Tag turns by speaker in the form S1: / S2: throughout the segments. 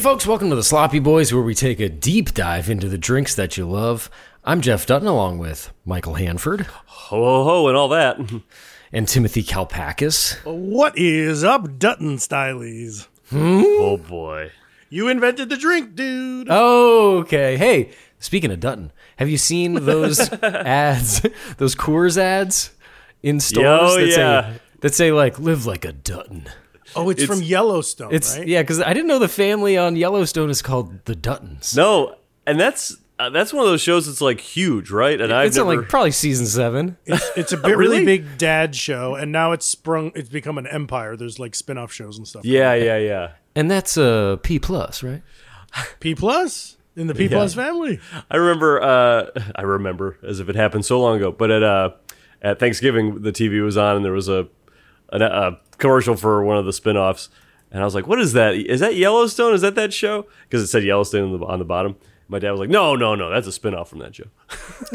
S1: folks. Welcome to the Sloppy Boys, where we take a deep dive into the drinks that you love. I'm Jeff Dutton, along with Michael Hanford
S2: Ho ho ho and all that.
S1: and Timothy Kalpakis.
S3: What is up, Dutton Stylies?
S2: oh boy.
S3: You invented the drink, dude.
S1: Oh, okay. Hey, speaking of Dutton, have you seen those ads, those Coors ads in stores that
S2: yeah.
S1: say that say like "Live like a Dutton"?
S3: oh, it's, from Yellowstone,
S1: It's
S3: right?
S1: yeah, because I didn't know the family on Yellowstone is called the Duttons.
S2: No, and that's uh, that's one of those shows that's like huge, right? And I've
S1: it's on,
S2: never
S1: like probably season seven.
S3: It's, it's a
S2: Really?
S3: bit, Oh, really big dad show, and now it's sprung. It's become an empire. There's like spin-off shows and stuff.
S2: Yeah, yeah, yeah.
S1: And that's a P plus, right?
S3: P plus in the P plus family.
S2: I remember uh I remember as if it happened so long ago, but at uh at Thanksgiving the TV was on and there was a an, a commercial for one of the spin-offs and I was like, "What is that? Is that Yellowstone? Is that that show?" Because it said Yellowstone on the, on the bottom. My dad was like, "No, no, no, that's a spin-off from that show."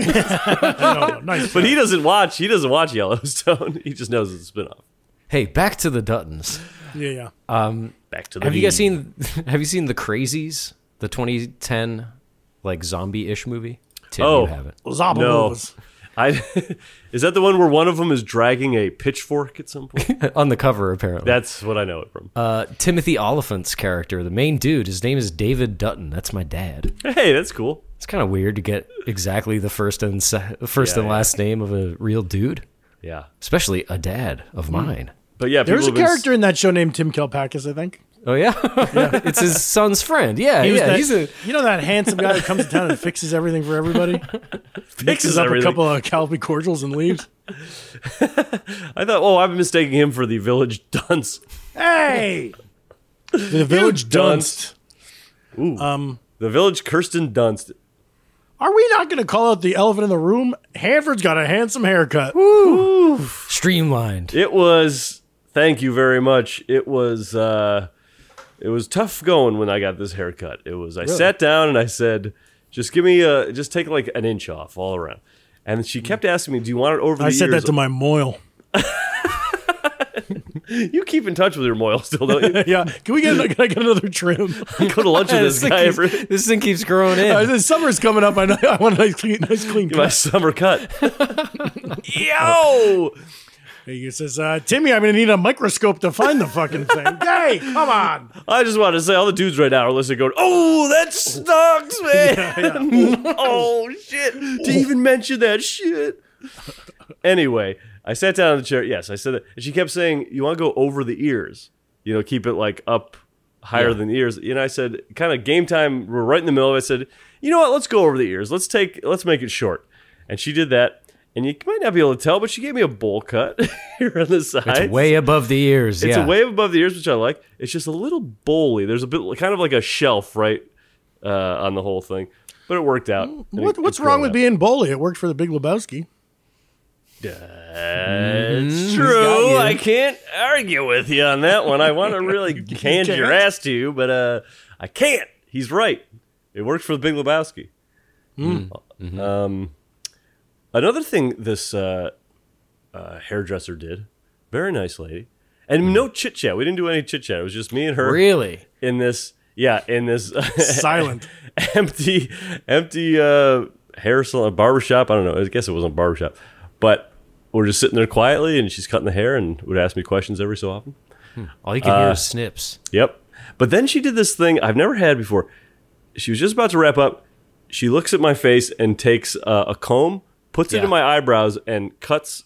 S3: No, no, nice.
S2: But he doesn't watch. He doesn't watch Yellowstone. he just knows it's a spin-off.
S1: Hey, back to the Duttons.
S3: yeah, yeah.
S2: Back to the
S1: Have you guys
S2: mean.
S1: seen Have you seen the Crazies, the 2010 like zombie ish movie? Tim,
S2: Oh.
S1: you haven't.
S2: No.
S3: Zabalabas.
S2: I is that the one where one of them is dragging a pitchfork at some point?
S1: on the cover apparently.
S2: That's what I know it from.
S1: uh, Timothy Oliphant's character, the main dude, his name is David Dutton. That's my dad.
S2: hey, that's cool.
S1: It's kind of weird to get exactly the first and se- first
S2: Yeah,
S1: and
S2: yeah.
S1: last name of a real dude,
S2: Yeah,
S1: especially a dad of mine.
S2: but yeah, people
S3: There's a
S2: have been-
S3: character in that show named Tim Kalpakis, I think.
S1: Oh yeah, it's his son's friend. Yeah,
S3: He was
S1: yeah,
S3: that-
S1: he's a
S3: you know that handsome guy that comes to town and fixes everything for everybody.
S2: Mixes
S3: up
S2: everything.
S3: a couple of Calvi cordials and leaves.
S2: I thought, oh, I'm mistaking him for the village dunce.
S3: Hey, the village
S2: dunce.
S3: dunce.
S2: The village Kirsten Dunst.
S3: Are we not going to call out the elephant in the room? Hanford's got a handsome haircut.
S1: streamlined.
S2: It was. Thank you very much. It was. uh It was tough going when I got this haircut. It was. I sat down and I said, "Just give me a. Just take like an inch off all around." And she kept asking me, "Do you want it over?"
S3: Mm. I
S2: the
S3: said
S2: ears?"
S3: that to my Moyle.
S2: You keep in touch with your Moyle still, don't you?
S3: Yeah, can we get an- can I get another trim?
S2: Go to lunch with this guy
S1: keeps,
S2: every
S1: this thing keeps growing
S3: Uh,
S1: in.
S3: the summer's coming up. I, know, I want a nice clean, nice clean
S2: my
S3: cut.
S2: summer cut. Yo,
S3: He says, uh, "Timmy, I'm going to need a microscope to find the fucking thing." hey, come on!
S2: I just want to say all the dudes right now are listening, going, "Oh, that sucks, man! oh shit! To even mention that shit." Anyway, I sat down in the chair. Yes, I said that, and she kept saying, "You want to go over the ears? You know, keep it like up higher than the ears." And I said, "Kind of game time. We're right in the middle." of it. I said, "You know what? Let's go over the ears. Let's take. Let's make it short." And she did that. And you might not be able to tell, but she gave me a bowl cut here on the side.
S1: It's way above the ears.
S2: It's
S1: yeah.
S2: a wave above the ears, which I like. It's just a little bowly. There's a bit, kind of like a shelf, right, uh, on the whole thing. But it worked out. And it-
S3: Mm, What,
S2: it's
S3: what's wrong
S2: grown
S3: with being bully? It worked for the Big Lebowski.
S2: out. It's true. Oh, I can't argue with you on that one. I want to really hand your ass to you, but uh, I can't. He's right. It worked for the Big Lebowski. Hmm. Um, another thing this uh, uh, hairdresser did, very nice lady, and no chit chat. We didn't do any chit chat. It was just me and her.
S1: Really?
S2: in this yeah in this
S3: Silent.
S2: empty empty uh hair salon barbershop i don't know i guess it wasn't a barbershop but we're just sitting there quietly and she's cutting the hair and would ask me questions every so often
S1: All you can hear is snips.
S2: yep but then she did this thing i've never had before she was just about to wrap up she looks at my face and takes uh, a comb puts it
S1: Yeah.
S2: in my eyebrows and cuts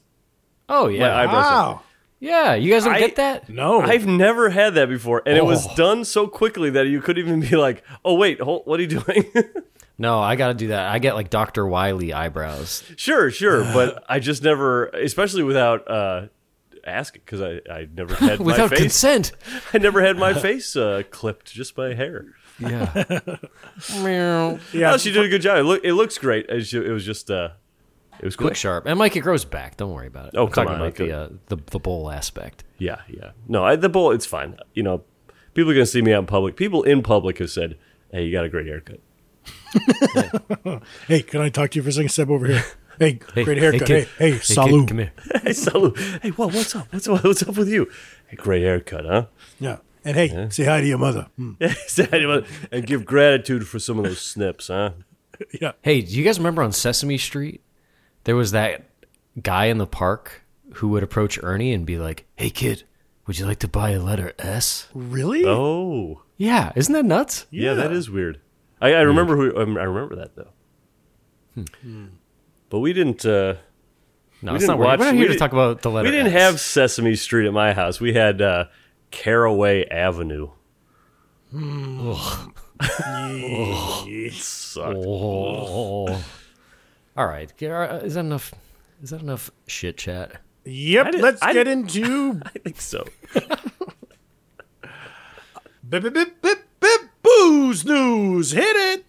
S1: Oh yeah,
S2: my eyebrows off.
S3: Wow.
S1: yeah. You guys don't
S2: I-
S1: get that?
S3: No.
S2: I've never had that before, and it was
S1: Oh.
S2: done so quickly that you couldn't even be like, "Oh wait, hold, what are you doing?"
S1: No, I gotta do that. I get like Doctor Wiley eyebrows.
S2: Sure, sure, but I just never, especially without uh, asking, because I, I never had my
S1: Without
S2: face.
S1: consent.
S2: I never had my face uh, clipped just by hair.
S1: Yeah. Meow.
S2: Yeah,
S3: yeah,
S2: she did a good job. It, look, it looks great. It, ju- it was just, uh, it was
S1: Quick
S2: quick.
S1: sharp. And Mike, it grows back. Don't worry about it.
S2: Oh,
S1: I'm
S2: come
S1: talking
S2: on,
S1: about
S2: it
S1: the, uh, the the bowl aspect.
S2: Yeah, yeah. No, I, the bowl, it's fine. You know, people are gonna see me out in public. People in public have said, "Hey, you got a great haircut."
S3: hey, can I talk to you for a second? Step over here. Hey, great haircut. Hey,
S1: kid.
S3: hey,
S1: kid,
S3: salut.
S1: come here.
S2: Hey, Salu. Hey, whoa, what's up? What's what's up with you? Hey, great haircut, huh?
S3: Yeah. And hey, say hi to your mother. Hmm.
S2: and give gratitude for some of those snips, huh?
S3: Yeah.
S1: Hey, do you guys remember on Sesame Street? There was that guy in the park who would approach Ernie and be like, "Hey kid, would you like to buy a letter S?"
S3: Really?
S2: Oh,
S1: Yeah, isn't that nuts?
S2: yeah, that is weird. I, I remember who um, I remember that though. But we didn't. Uh,
S1: No,
S2: We
S1: it's not
S2: didn't
S1: weird.
S2: watch-
S1: We're not
S2: we
S1: here to
S2: didn't-
S1: talk about the letter.
S2: we didn't
S1: S.
S2: have Sesame Street at my house. We had uh, Caraway Avenue. Sucked.
S1: Oh. All right, Gar- is that enough? Is that enough shit chat?
S3: Yep.
S2: did-
S3: Let's
S2: I
S3: get
S2: did-
S3: into
S2: I think so.
S3: bip, bip, bip, bip, bip, booze news. Hit it.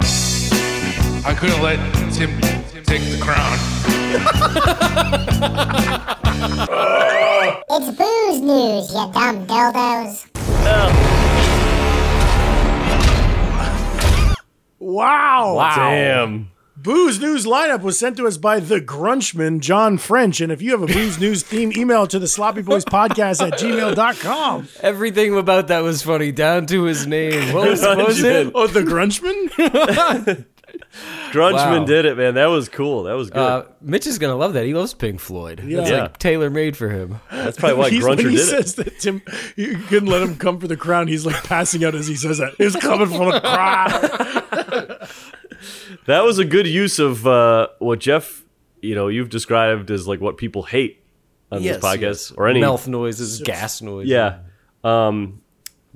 S4: I couldn't let Tim take the crown.
S5: It's booze news, you dumb dildos.
S3: Wow.
S2: Damn.
S3: Booze News lineup was sent to us by the Grunchman, John French. And if you have a Booze News theme, email to the Sloppy Boys Podcast at gmail.com.
S1: Everything about that was funny, down to his name. What was, what was it?
S3: Oh, the Grunchman?
S2: Grunchman
S1: Wow.
S2: did it, man. That was cool. That was good.
S1: Uh, Mitch is gonna love that. He loves Pink Floyd. Yeah. It's
S2: Yeah.
S1: like tailor made for him.
S2: That's probably why
S3: He's- when
S2: Gruncher
S3: he
S2: did it.
S3: says that Tim, you couldn't let him come for the crown. He's like passing out as he says that. He's coming for the crown.
S2: That was a good use of uh, what Jeff, you know, you've described as like what people hate on this podcast or any
S1: mouth noises, gas noises.
S2: Yeah. Um,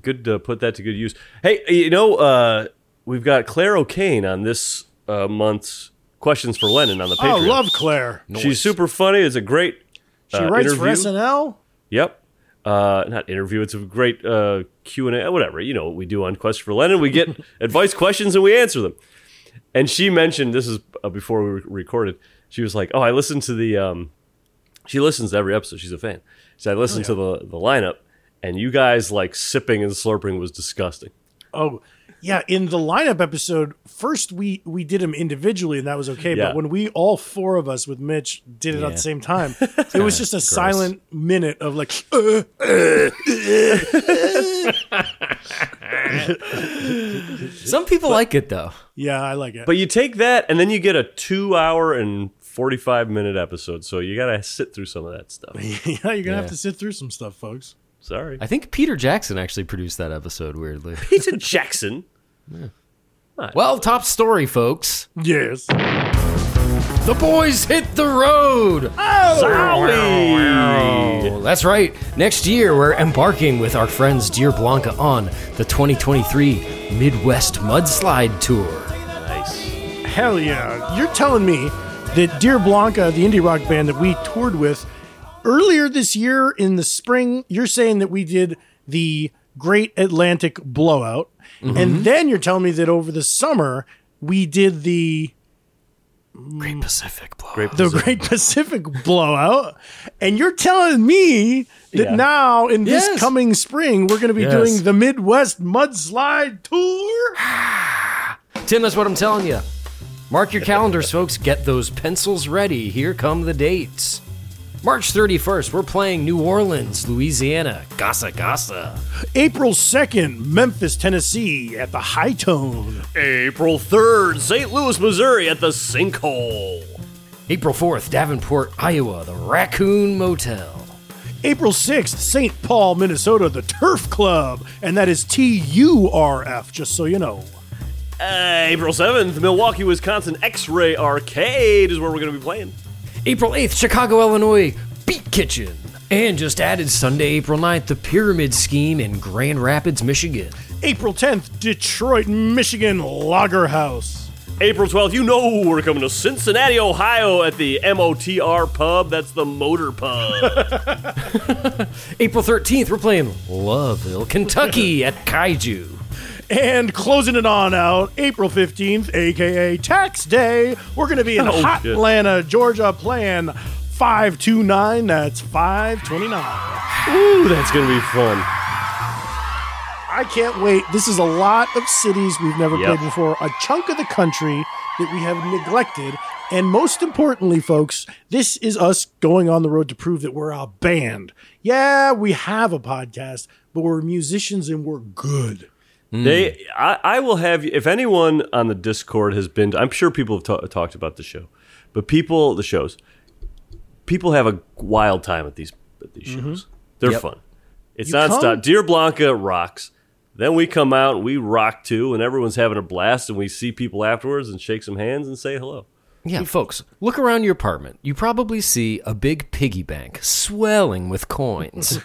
S2: good to put that to good use. Hey, you know, uh, we've got Claire O'Kane on this uh, month's questions for Lennon on the
S3: Oh,
S2: Patreon.
S3: love Claire.
S2: She's super funny. It's a great.
S3: She
S2: uh,
S3: writes
S2: interview.
S3: for SNL.
S2: Yep. Uh, not interview. It's a great uh, Q and A. Whatever you know, what we do on Quest for Lennon, we get advice questions and we answer them. And she mentioned this is uh, before we re- recorded. She was like, "Oh, I listened to the." Um, she listens to every episode. She's a fan. So I listened to the the lineup, and you guys like sipping and slurping was disgusting.
S3: Oh, yeah. In the lineup episode, first we we did them individually, and that was okay.
S2: Yeah.
S3: But when we all four of us with Mitch did it at
S1: Yeah.
S3: the same time, it was just a silent minute of like, uh,
S1: Some people like it though.
S3: yeah, I like it.
S2: But you take that, and then you get a two hour and forty five minute episode. So you gotta sit through some of that stuff.
S3: yeah, you're gonna have to sit through some stuff, folks.
S2: Sorry,
S1: I think Peter Jackson actually produced that episode. Weirdly.
S2: Peter Jackson.
S1: well, top story, folks.
S3: Yes.
S1: The boys hit the road.
S2: Zowie!
S1: Well, that's right. Next year, we're embarking with our friends Dear Blanca on the 2023 Midwest Mudslide Tour.
S2: Nice.
S3: Hell yeah. You're telling me that Dear Blanca, the indie rock band that we toured with earlier this year in the spring, you're saying that we did the Great Atlantic Blowout.
S1: Mm-hmm.
S3: And then you're telling me that over the summer, we did the
S1: Great Pacific Blowout.
S3: the Great Pacific Blowout. And you're telling me that
S2: Yeah.
S3: now in
S1: Yes.
S3: this coming spring, we're going to be
S1: Yes.
S3: doing the Midwest Mudslide Tour.
S1: Tim, that's what I'm telling you. Mark your calendars, folks. Get those pencils ready. Here come the dates. March 31st, we're playing New Orleans, Louisiana. Gasa Gasa.
S3: April 2nd, Memphis, Tennessee at the High Tone.
S2: April 3rd, St. Louis, Missouri at the Sinkhole.
S1: April 4th, Davenport, Iowa, the Raccoon Motel.
S3: April 6th, St. Paul, Minnesota, the Turf Club, and that is T U R F, just so you know.
S2: Uh, April 7th, Milwaukee, Wisconsin X Ray Arcade is where we're going to be playing.
S1: April 8th, Chicago, Illinois, Beat Kitchen. And just added Sunday, April 9th, the Pyramid Scheme in Grand Rapids, Michigan.
S3: April 10th, Detroit, Michigan, Lager House.
S2: April 12th, you know we're coming to Cincinnati, Ohio at the MOTR Pub. That's the Motor Pub.
S1: April 13th, we're playing Loveville, Kentucky at Kaiju.
S3: And closing it on out, April 15th, aka Tax Day, we're going to be in
S2: Oh,
S3: Hot
S2: shit.
S3: Atlanta, Georgia, playing 529. That's 529.
S2: Ooh, that's gonna be fun.
S3: I can't wait. This is a lot of cities we've never
S2: Yep.
S3: played before, a chunk of the country that we have neglected. And most importantly, folks, this is us going on the road to prove that we're a band. Yeah, we have a podcast, but we're musicians and we're good.
S2: They,
S1: Hmm.
S2: I, I will have if anyone on the Discord has been. I'm sure people have ta- talked about the show, but people, the shows, people have a wild time at these at these shows. They're
S1: Mm-hmm. Yep.
S2: fun. It's
S3: You
S2: nonstop.
S3: come-
S2: Deer Blanca rocks. Then we come out and we rock too, and everyone's having a blast. And we see people afterwards and shake some hands and say hello.
S1: Yeah, folks, look around your apartment. You probably see a big piggy bank swelling with coins.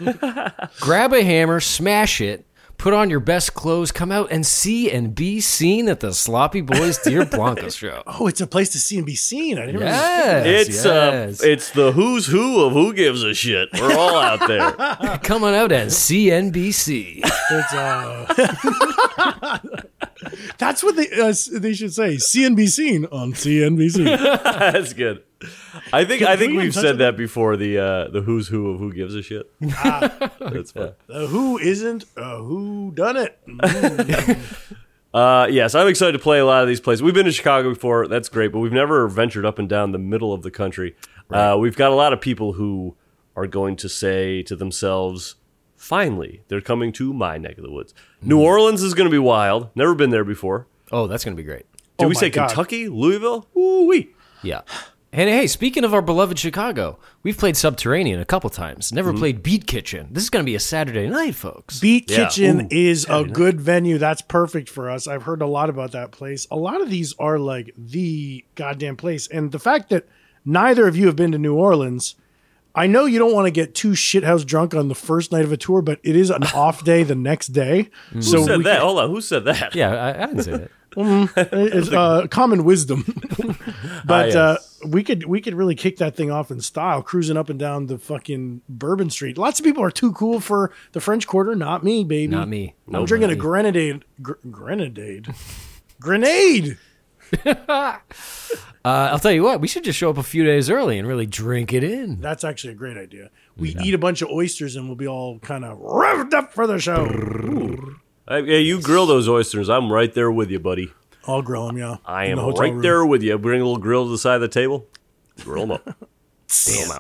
S1: Grab a hammer, smash it, put on your best clothes, come out and see and be seen at the Sloppy Boys Dear Blanca show.
S3: Oh, it's a place to see and be seen. I didn't really
S1: Yes,
S2: it's
S1: yes.
S2: uh, it's the who's who of who gives a shit. We're all out there.
S1: coming out at CNBC.
S3: It's, uh, That's what they uh, s- they should say. CNBC on CNBC.
S2: That's good. I think I think
S3: we even
S2: we've
S3: touch on
S2: said that before. The uh, the who's who of who gives a shit.
S3: Ah.
S2: That's fun.
S3: The who isn't a who done it.
S2: Uh, yes, I'm excited to play a lot of these places. We've been to Chicago before. That's great, but we've never ventured up and down the middle of the country. Uh, we've got a lot of people who are going to say to themselves, "Finally, they're coming to my neck of the woods."
S3: Hmm.
S2: New Orleans is going to be wild. Never been there before.
S1: Oh, that's going to be great.
S2: Did
S3: Oh
S2: we
S3: my
S2: say
S3: God.
S2: Kentucky, Louisville? Ooh wee.
S1: Yeah. And hey, speaking of our beloved Chicago, we've played Subterranean a couple times. Never played Beat Kitchen. This is going to be a Saturday night, folks.
S3: Beat
S2: Yeah.
S3: Kitchen
S2: Ooh.
S3: is a good venue. That's perfect for us. I've heard a lot about that place. A lot of these are like the goddamn place. And the fact that neither of you have been to New Orleans, I know you don't want to get too shithouse drunk on the first night of a tour, but it is an off day the next day. So
S2: Who said
S3: Oh, we-
S2: that? Hold on. Who said that?
S1: yeah, I, I didn't say that.
S3: it's uh, common wisdom.
S2: Ah,
S3: but
S2: yes.
S3: uh, we could we could really kick that thing off in style, cruising up and down the fucking Bourbon Street. Lots of people are too cool for the French Quarter. Not me, baby.
S1: Not me.
S3: I'm
S1: Nope,
S3: drinking
S1: not
S3: a
S1: me.
S3: grenadine. Gr- grenadine. Grenade.
S1: Uh, I'll tell you what, we should just show up a few days early and really drink it in.
S3: That's actually a great idea. We eat a bunch of oysters and we'll be all kind of revved up for the show.
S2: Uh, yeah, you grill those oysters. I'm right there with you, buddy.
S3: I'll grill them, yeah.
S2: I
S3: in
S2: am
S3: the hotel
S2: right
S3: room.
S2: there with you. Bring a little grill to the side of the table. Grill them up.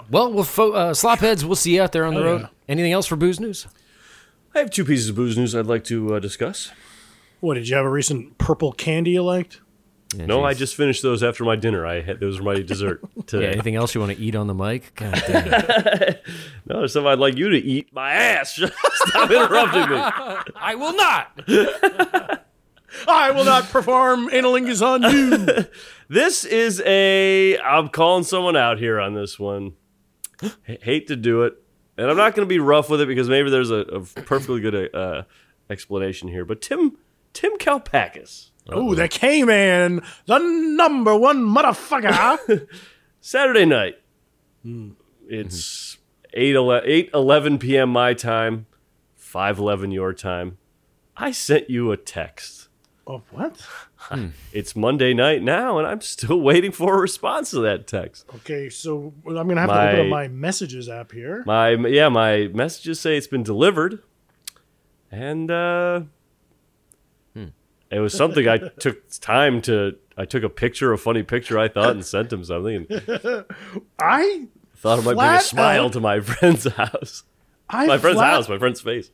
S1: Well, we'll fo- uh, slopheads, we'll see you out there on the road.
S3: yeah.
S1: Anything else for booze news?
S2: I have two pieces of booze news I'd like to uh, discuss.
S3: What did you have a recent purple candy you liked?
S2: no, I just finished those after my dinner. I had those were my dessert
S1: Yeah,
S2: today.
S1: anything else you want to eat on the mic? God damn it.
S2: No, there's something I'd like you to eat. My ass. Stop interrupting me.
S1: I will not.
S3: I will not perform analingus on you.
S2: This is a. I'm calling someone out here on this one. H- hate to do it, and I'm not going to be rough with it because maybe there's a, a perfectly good uh, explanation here. But Tim Tim Kalpakis.
S3: Ooh, the K-Man, the number one motherfucker.
S2: Saturday night.
S3: Hmm.
S2: It's eight ele- 8, 11 p.m. my time, 5 11 your time. I sent you a text.
S3: oh, what?
S2: It's Monday night now, and I'm still waiting for a response to that text.
S3: Okay, so well, I'm gonna have to
S2: My-
S3: open up my messages app here.
S2: My yeah, my messages say it's been delivered, and uh,
S3: Hmm.
S2: it was something I took time to. I took a picture, a funny picture I thought, and sent him something, and
S3: I
S2: thought it might bring a
S3: Flat
S2: smile
S3: out.
S2: to my friend's house,
S3: I
S2: my friend's
S3: flat-
S2: house, my friend's face.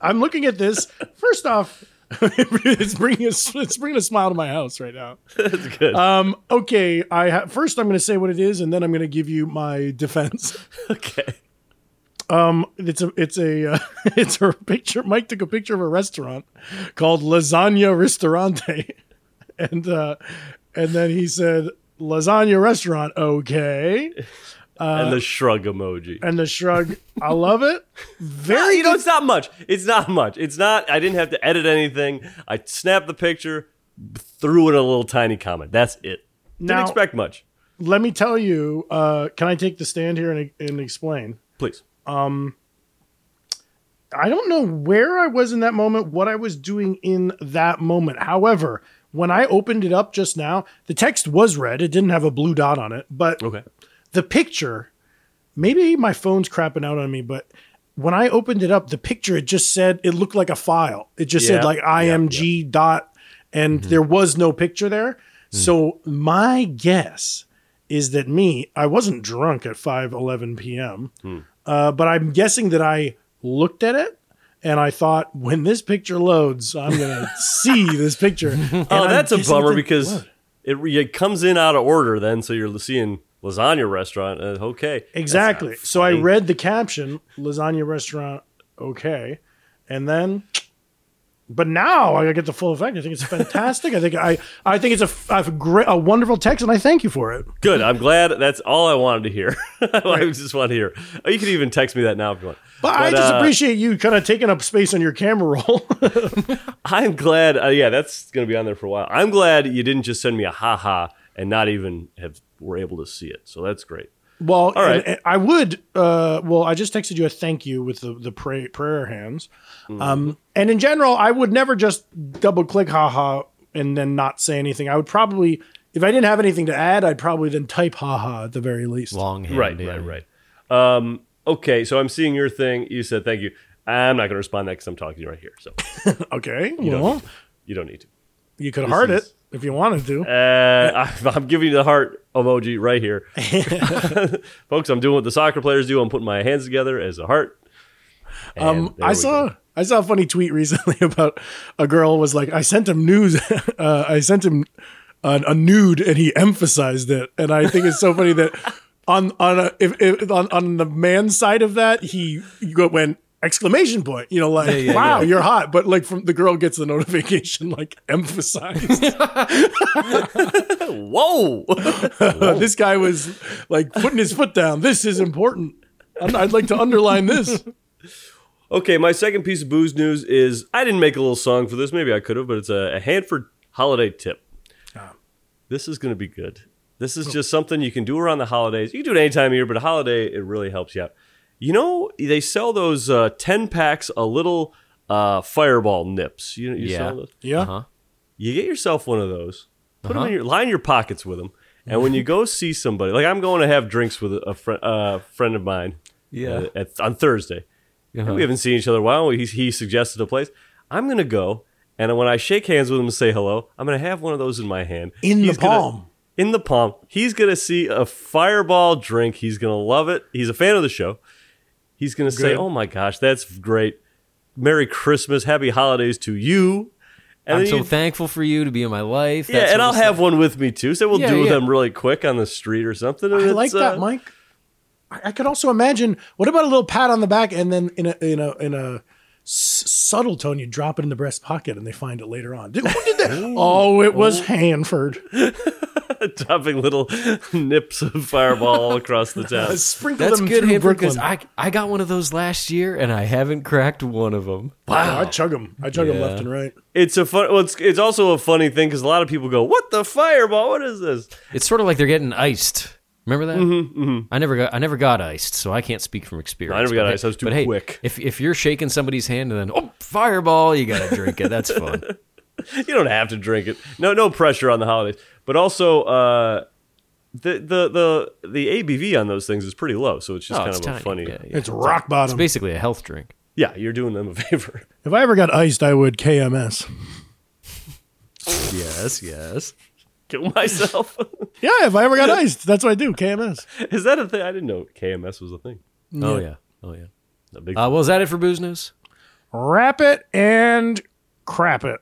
S3: I'm looking at this. First off, it's bringing a, it's bringing a smile to my house right now.
S2: That's good.
S3: Um, okay, I ha- first I'm gonna say what it is, and then I'm gonna give you my defense.
S2: okay.
S3: It's a it's a uh, it's a picture. Mike took a picture of a restaurant called Lasagna Ristorante, and uh, and then he said Lasagna Restaurant. Okay,
S2: and
S3: Uh,
S2: the shrug emoji.
S3: and the shrug. I love it. Very
S2: you know, it's not much. It's not much. It's not. I didn't have to edit anything. I snapped the picture, threw in a little tiny comment. That's it. Didn't
S3: Now-
S2: expect much.
S3: Let me tell you. Uh, can I take the stand here and, and explain?
S2: Please.
S3: I don't know where I was in that moment, what I was doing in that moment. However, when I opened it up just now, the text was red. It didn't have a blue dot on it, but
S2: Okay.
S3: the picture, maybe my phone's crapping out on me, but when I opened it up, the picture, it just said, it looked like a file. It just said
S2: Yeah, Mm-hmm.
S3: like IMG dot, and there was no picture there.
S2: Mm.
S3: So my guess is that me, I wasn't drunk at 5 11 p.m.,
S2: Hmm.
S3: uh, but I'm guessing that I looked at it. And I thought, when this picture loads, I'm gonna see this picture. And
S2: Oh,
S3: I'm
S2: that's a
S3: guessing
S2: bummer
S3: that-
S2: because
S3: What?
S2: it, re- it comes in out of order then, so you're seeing lasagna restaurant. Uh, okay. That's not
S3: Exactly. So I
S2: funny.
S3: read the caption, lasagna restaurant, okay. And then but now I get the full effect. I think it's fantastic. I think I I think it's a, f- a great a wonderful text and I thank you for it.
S2: Good. I'm glad that's all I wanted to hear. I just want to hear. Oh, you can even text me that now if you want.
S3: But, I just
S2: uh,
S3: appreciate you kind of taking up space on your camera roll.
S2: I'm glad. Uh, yeah, that's going to be on there for a while. I'm glad you didn't just send me a haha and not even have were able to see it. So that's great.
S3: well,
S2: All
S3: and-
S2: right.
S3: and I would uh well, I just texted you a thank you with the the pray, prayer hands.
S2: Mm-hmm.
S3: Um and in general, I would never just double click haha and then not say anything. I would probably if I didn't have anything to add, I'd probably then type haha at the very least.
S1: Longhand.
S2: Right,
S1: yeah.
S2: right, right. Um, okay, so I'm seeing your thing. You said thank you. I'm not going to respond to that because I'm talking to you right here. So
S3: Okay.
S2: don't
S3: well,
S2: need to. you don't need to.
S3: you could heart
S2: is-
S3: it if you wanted to.
S2: Uh, I, I'm giving you the heart emoji right here. Folks, I'm doing what the soccer players do. I'm putting my hands together as a heart. And
S3: Um,
S2: there
S3: I
S2: we
S3: saw
S2: go.
S3: I saw a funny tweet recently about a girl was like, I sent him news, uh, I sent him an, a nude, and he emphasized it, and I think it's so funny that on on a, if, if on on the man side of that he you go- went exclamation point, you know, like wow, you're hot, but like from the girl gets the notification like emphasized.
S2: Whoa!
S3: this guy was like putting his foot down. This is important. I'm- I'd like to underline this.
S2: okay, my second piece of booze news is I didn't make a little song for this. Maybe I could have, but it's a, a Hanford holiday tip.
S1: Ah.
S2: This is going to be good. This is just something you can do around the holidays. You can do it any time of year, but a holiday, it really helps you out. You know, they sell those uh, 10 packs of little uh, fireball nips. You, you
S1: Yeah.
S2: saw those?
S3: Yeah.
S1: Uh-huh.
S2: you get yourself one of those, put them
S1: Uh-huh.
S2: in your line your pockets with them, and when you go see somebody, like I'm going to have drinks with a friend, uh, friend of mine,
S1: Yeah.
S2: uh, at, on Thursday.
S1: Uh-huh.
S2: And we haven't seen each other in a while. He, he suggested a place. I'm gonna go, and when I shake hands with him and say hello, I'm gonna have one of those in my hand
S3: In the
S2: gonna-
S3: palm.
S2: in the palm. He's gonna see a fireball drink. He's gonna love it. He's a fan of the show. He's gonna say,
S3: Good.
S2: "Oh my gosh, that's great! Merry Christmas, Happy Holidays to you." And
S1: I'm
S2: then
S1: so
S2: you-
S1: thankful for you to be in my life. that
S2: yeah,
S1: sort
S2: and I'll
S1: of
S2: have one with me too. So we'll
S1: Yeah,
S2: do
S1: yeah.
S2: them really quick on the street or something. and
S3: I
S2: it's,
S3: like that,
S2: uh,
S3: Mike. I, I could also imagine. What about a little pat on the back, and then in a in a in a s- subtle tone, you drop it in the breast pocket, and they find it later on. Did- Who did that? oh, it was Hanford.
S2: Dropping little nips of fireball all across the town.
S3: Sprinkle
S1: That's
S3: them
S1: good,
S3: through
S1: Hanford,
S3: Brooklyn.
S1: because I, I got one of those last year and I haven't cracked one of them.
S3: wow, I chug them. I chug them
S1: Yeah.
S3: left and right.
S2: It's a fun. Well, it's, it's also a funny thing because a lot of people go, "What the fireball? What is this?"
S1: It's sort of like they're getting iced. Remember that? Mm-hmm, I never got I never got iced, so I can't speak from experience.
S2: I never got
S1: But hey-
S2: iced. I was too
S1: but hey,
S2: quick.
S1: If if you're shaking somebody's hand and then oh fireball, you gotta drink it. That's fun.
S2: You don't have to drink it. No, no pressure on the holidays. But also, uh, the the the the ABV on those things is pretty low, so it's just
S1: Oh,
S2: kind
S1: it's
S2: of
S1: tiny.
S2: a funny.
S1: Yeah, yeah.
S3: It's rock bottom.
S1: Basically a health drink.
S2: yeah, you're doing them a favor.
S3: if I ever got iced, I would KMS.
S1: Yes, yes.
S2: Kill myself.
S3: Yeah, if I ever got iced, that's what I do. KMS.
S2: is that a thing? I didn't know KMS was a thing.
S1: Oh yeah. Oh yeah.
S2: A big
S1: Uh, well, is that it for booze news?
S3: Wrap it and crap it.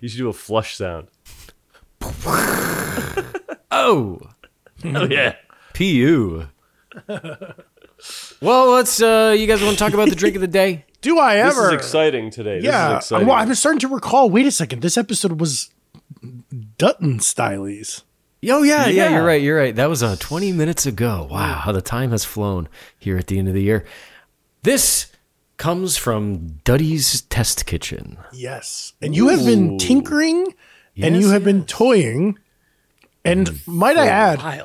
S2: You should do a flush sound.
S1: Oh,
S2: Oh yeah.
S1: pu. well, let's. Uh, you guys want to talk about the drink of the day?
S3: Do I
S2: This
S3: ever?
S2: is exciting today.
S3: Yeah, uh,
S2: This is exciting.
S3: Well, I'm starting to recall. Wait a second, this episode was Dutton Stylies.
S1: Oh yeah, yeah,
S2: Yeah.
S1: You're right. You're right. That was uh, 20 minutes ago. Wow, how the time has flown here at the end of the year. This comes from Duddy's Test Kitchen.
S3: Yes, and you have been tinkering, and you have been toying And might I add,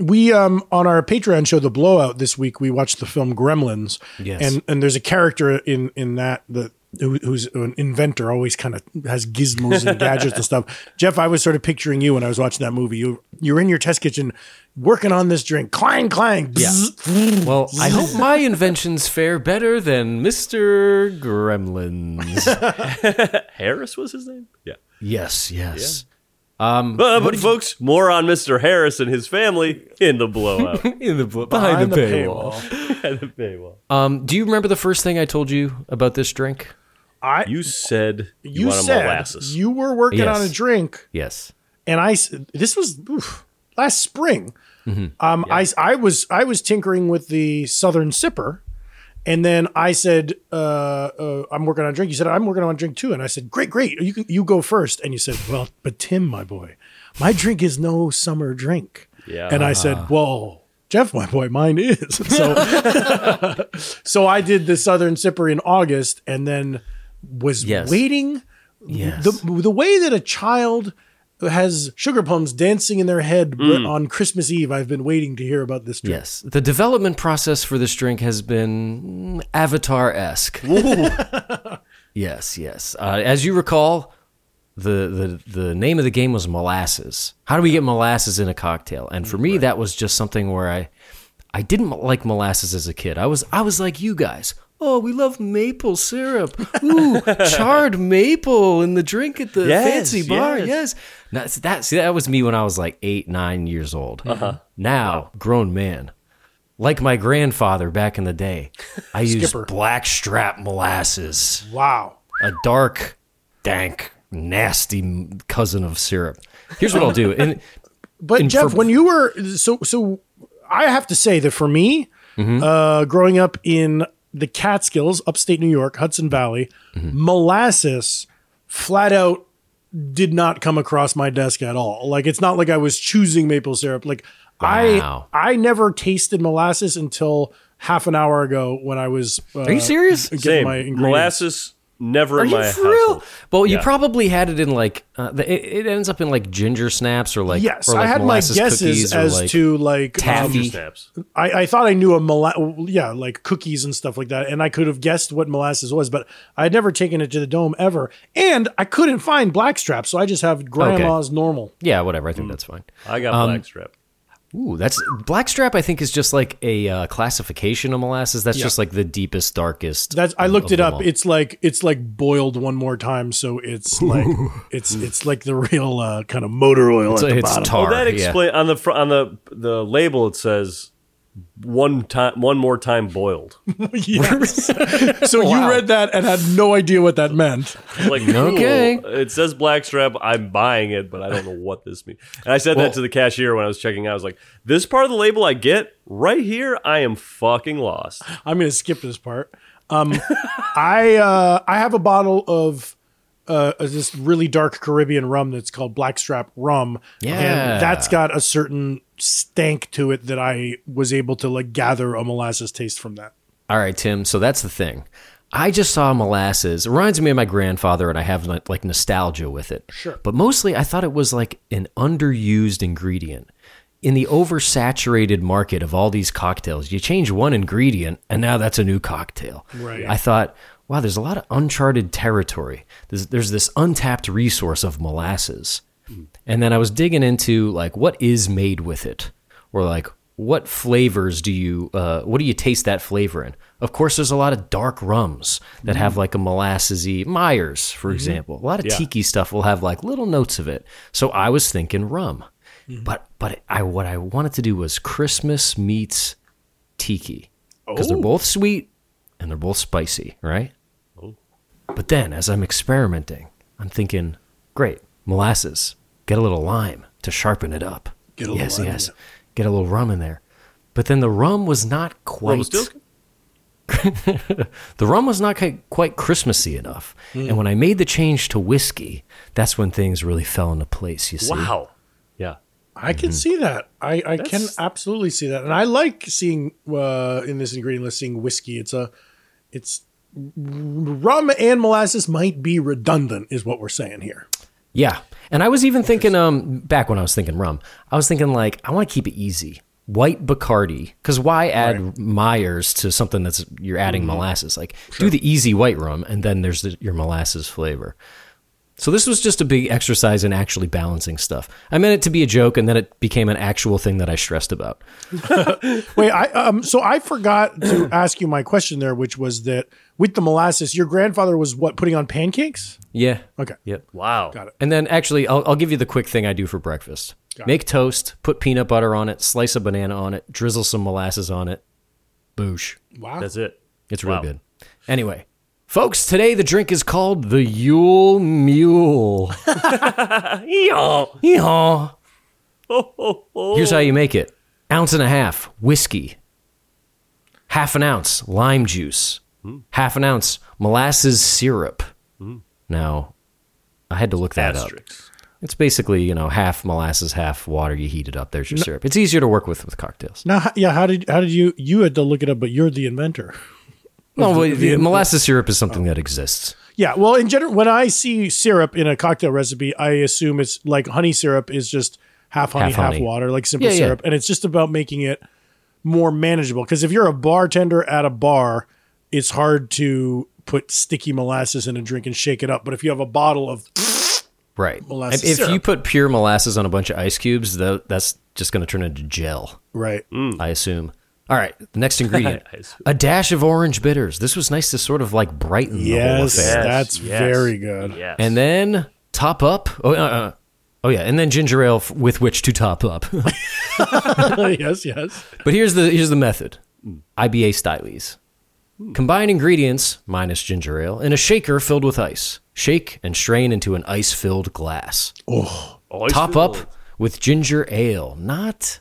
S3: we um on our Patreon show, The Blowout, this week we watched the film Gremlins.
S1: Yes.
S3: And and there's a character in in that that who- who's an inventor, always kind of has gizmos and gadgets and stuff. Jeff, I was sort of picturing you when I was watching that movie. You you're in your test kitchen working on this drink, clang clang. bzzz.
S1: Well, I hope my inventions fare better than Mr. Gremlins.
S2: Harris was his name? Yeah.
S1: yes, yes. Mm,
S2: Uh, but folks, more on Mr. Harris and his family in the blowout.
S1: In the bo- behind, the, paywall.
S2: At the paywall.
S1: Um, do you remember the first thing I told you about this drink?
S3: I you,
S2: You said you, wanted
S3: said
S2: molasses.
S3: you were working
S1: Yes.
S3: on a drink
S1: Yes.
S3: and I s- this was oof, last spring. Um, I s- I was I was tinkering with the Southern Sipper, and then I said uh, uh, I'm working on a drink. You said I'm working on a drink too, and I said great, great. You can you go first, and you said well, but Tim, my boy, my drink is no summer drink.
S2: Yeah.
S3: and I said whoa. Jeff, my boy, mine is. So, so I did the Southern Sipper in August, and then was
S1: Yes.
S3: waiting
S1: Yes.
S3: the the way that a child has sugar plums dancing in their head
S1: Mm.
S3: on Christmas Eve, I've been waiting to hear about this. Drink.
S1: yes. The development process for this drink has been mm, avatar-esque. yes, yes. Uh, as you recall, the, the the name of the game was molasses. How do we get molasses in a cocktail? And for me, that was just something where I I didn't like molasses as a kid. I was I was like you guys. Oh, we love maple syrup. Ooh, charred maple in the drink at the
S2: Yes,
S1: fancy bar.
S2: yes.
S1: Yes, that's that. See, that was me when I was like eight, nine years old.
S2: Uh-huh.
S1: Now, grown man, like my grandfather back in the day, I used
S3: Skipper.
S1: blackstrap molasses
S3: Wow.
S1: a dark, dank, nasty m- cousin of syrup. Here's what I'll do. And
S3: But
S1: And
S3: Jeff,
S1: for-
S3: when you were so so, I have to say that for me,
S1: Mm-hmm.
S3: uh, growing up in the Catskills, upstate New York, Hudson Valley,
S1: Mm-hmm.
S3: molasses flat out did not come across my desk at all. Like it's not like I was choosing maple syrup. Like
S1: Wow.
S3: I I never tasted molasses until half an hour ago when I was. Uh,
S1: are you serious?
S2: Same.
S3: my ingredients.
S2: molasses never
S1: Are
S2: in
S1: you
S2: my
S1: for real?
S2: household.
S1: Well, you
S2: Yeah.
S1: probably had it in like uh, the, it, it ends up in like ginger snaps or like
S3: Yes,
S1: or like
S3: I had my
S1: molasses
S3: guesses
S1: cookies or,
S3: as
S1: like-
S3: to like
S1: taffy.
S3: um,
S2: Snaps.
S3: I, I thought I knew a mola- yeah, like cookies and stuff like that, and I could have guessed what molasses was, but I had never taken it to the dome ever, and I couldn't find blackstrap, so I just have grandma's normal.
S1: yeah, whatever. I
S3: Mm.
S1: think that's fine.
S2: I got
S1: Um,
S2: blackstrap.
S1: Ooh, that's blackstrap. I think is just like a uh, classification of molasses. That's just like the deepest, darkest.
S3: That's I looked
S1: of
S3: it
S1: them
S3: up.
S1: all.
S3: It's like it's like boiled one more time, so it's like it's it's like the real uh, kind of motor oil at the
S1: it's
S3: bottom. Oh,
S1: tar.
S2: Well, that
S1: yeah.
S2: explain on the fr- on the the label it says one time one more time boiled.
S3: Yes. so
S1: Wow.
S3: you read that and had no idea what that meant.
S2: Like cool.
S1: Okay.
S2: it says blackstrap. I'm buying it, but I don't know what this means. And I said
S1: Well-
S2: that to the cashier when I was checking out. I was like, "This part of the label I get right here. I am fucking lost."
S3: I'm going to skip this part. Um, I uh, I have a bottle of uh, this really dark Caribbean rum that's called Blackstrap Rum.
S1: Yeah.
S3: and that's got a certain stank to it that I was able to like gather a molasses taste from that.
S1: All right, Tim. So that's the thing. I just saw molasses. It reminds me of my grandfather, and I have like like nostalgia with it. Sure. But mostly, I thought it was like an underused ingredient in the oversaturated market of all these cocktails. You change one ingredient, and now that's a new cocktail.
S3: Right.
S1: I thought, wow, there's a lot of uncharted territory. There's, there's this untapped resource of molasses. And then I was digging into like what is made with it, or like what flavors do you uh, what do you taste that flavor in? Of course, there's a lot of dark rums that have like a molassesy Myers, for example. A lot of tiki stuff will have like little notes of it. So I was thinking rum, but but I what I wanted to do was Christmas meets tiki because
S3: Oh.
S1: they're both sweet and they're both spicy, right?
S3: Oh.
S1: But then as I'm experimenting, I'm thinking, great, molasses, get a little lime to sharpen it up.
S3: Get a little
S1: yes,
S3: lime in
S1: yes.
S3: there.
S1: Get a little rum in there. But then the rum was not quite
S2: Rumpelstiltskin?
S1: the rum was not ki- quite Christmassy enough.
S3: Hmm.
S1: And when I made the change to whiskey, that's when things really fell into place, you see.
S2: Wow. Yeah.
S3: I can see that. I, I can absolutely see that, and I like seeing uh, in this ingredient list seeing whiskey. It's a it's rum and molasses might be redundant, is what we're saying here.
S1: Yeah. And I was even thinking, um, back when I was thinking rum, I was thinking like, I want to keep it easy. White Bacardi, because why add Myers to something that's you're adding molasses? Like, do the easy white rum, and then there's the, your molasses flavor. So this was just a big exercise in actually balancing stuff. I meant it to be a joke, and then it became an actual thing that I stressed about.
S3: Wait, I um so I forgot to ask you my question there, which was that with the molasses, your grandfather was what putting on pancakes?
S1: Yeah.
S3: Okay.
S1: Yep.
S2: Wow.
S1: And then actually, I'll, I'll give you the quick thing I do for breakfast make toast, put peanut butter on it, slice a banana on it, drizzle some molasses on it. Boosh.
S3: Wow.
S2: That's it.
S1: It's really
S2: Wow.
S1: good. Anyway, folks, today the drink is called the Yule Mule.
S2: Yeehaw.
S1: Yeehaw.
S2: Ho, ho, ho.
S1: Here's how you make it ounce and a half whiskey, half an ounce lime juice,
S2: Hmm.
S1: half an ounce molasses syrup. Now, I had to look that up.
S2: Asterisks.
S1: It's basically, you know, half molasses, half water. You heat it up. There's your syrup. It's easier to work with with cocktails.
S3: Now, h- yeah, how did how did you you had to look it up, but you're the inventor.
S1: No, well, the- molasses syrup is
S2: Oh.
S1: something that exists.
S3: Yeah, well, in general, when I see syrup in a cocktail recipe, I assume it's like honey syrup is just half honey,
S1: Half
S3: half,
S1: honey.
S3: water, like simple
S1: Yeah, yeah.
S3: syrup, and it's just about making it more manageable. Because if you're a bartender at a bar, it's hard to put sticky molasses in a drink and shake it up. But if you have a bottle of
S1: Right.
S3: Molasses
S1: if if you
S3: syrup.
S1: put pure molasses on a bunch of ice cubes, tho- that's just going to turn into gel,
S3: right,
S1: I assume. All right, the next ingredient
S2: I assume.
S1: a dash of orange bitters. This was nice to sort of like brighten the whole
S3: yes,
S1: affair.
S3: that's
S2: yes.
S3: very good.
S2: Yes.
S1: And then top up. Oh, uh, uh, oh yeah, and then ginger ale f- with which to top up.
S3: yes, yes.
S1: But here's the here's the method.
S3: Hmm.
S1: IBA stylies. Combine ingredients minus ginger ale in a shaker filled with ice. Shake and strain into an ice-filled glass.
S2: Always
S1: Top
S2: filled.
S1: up with ginger ale, not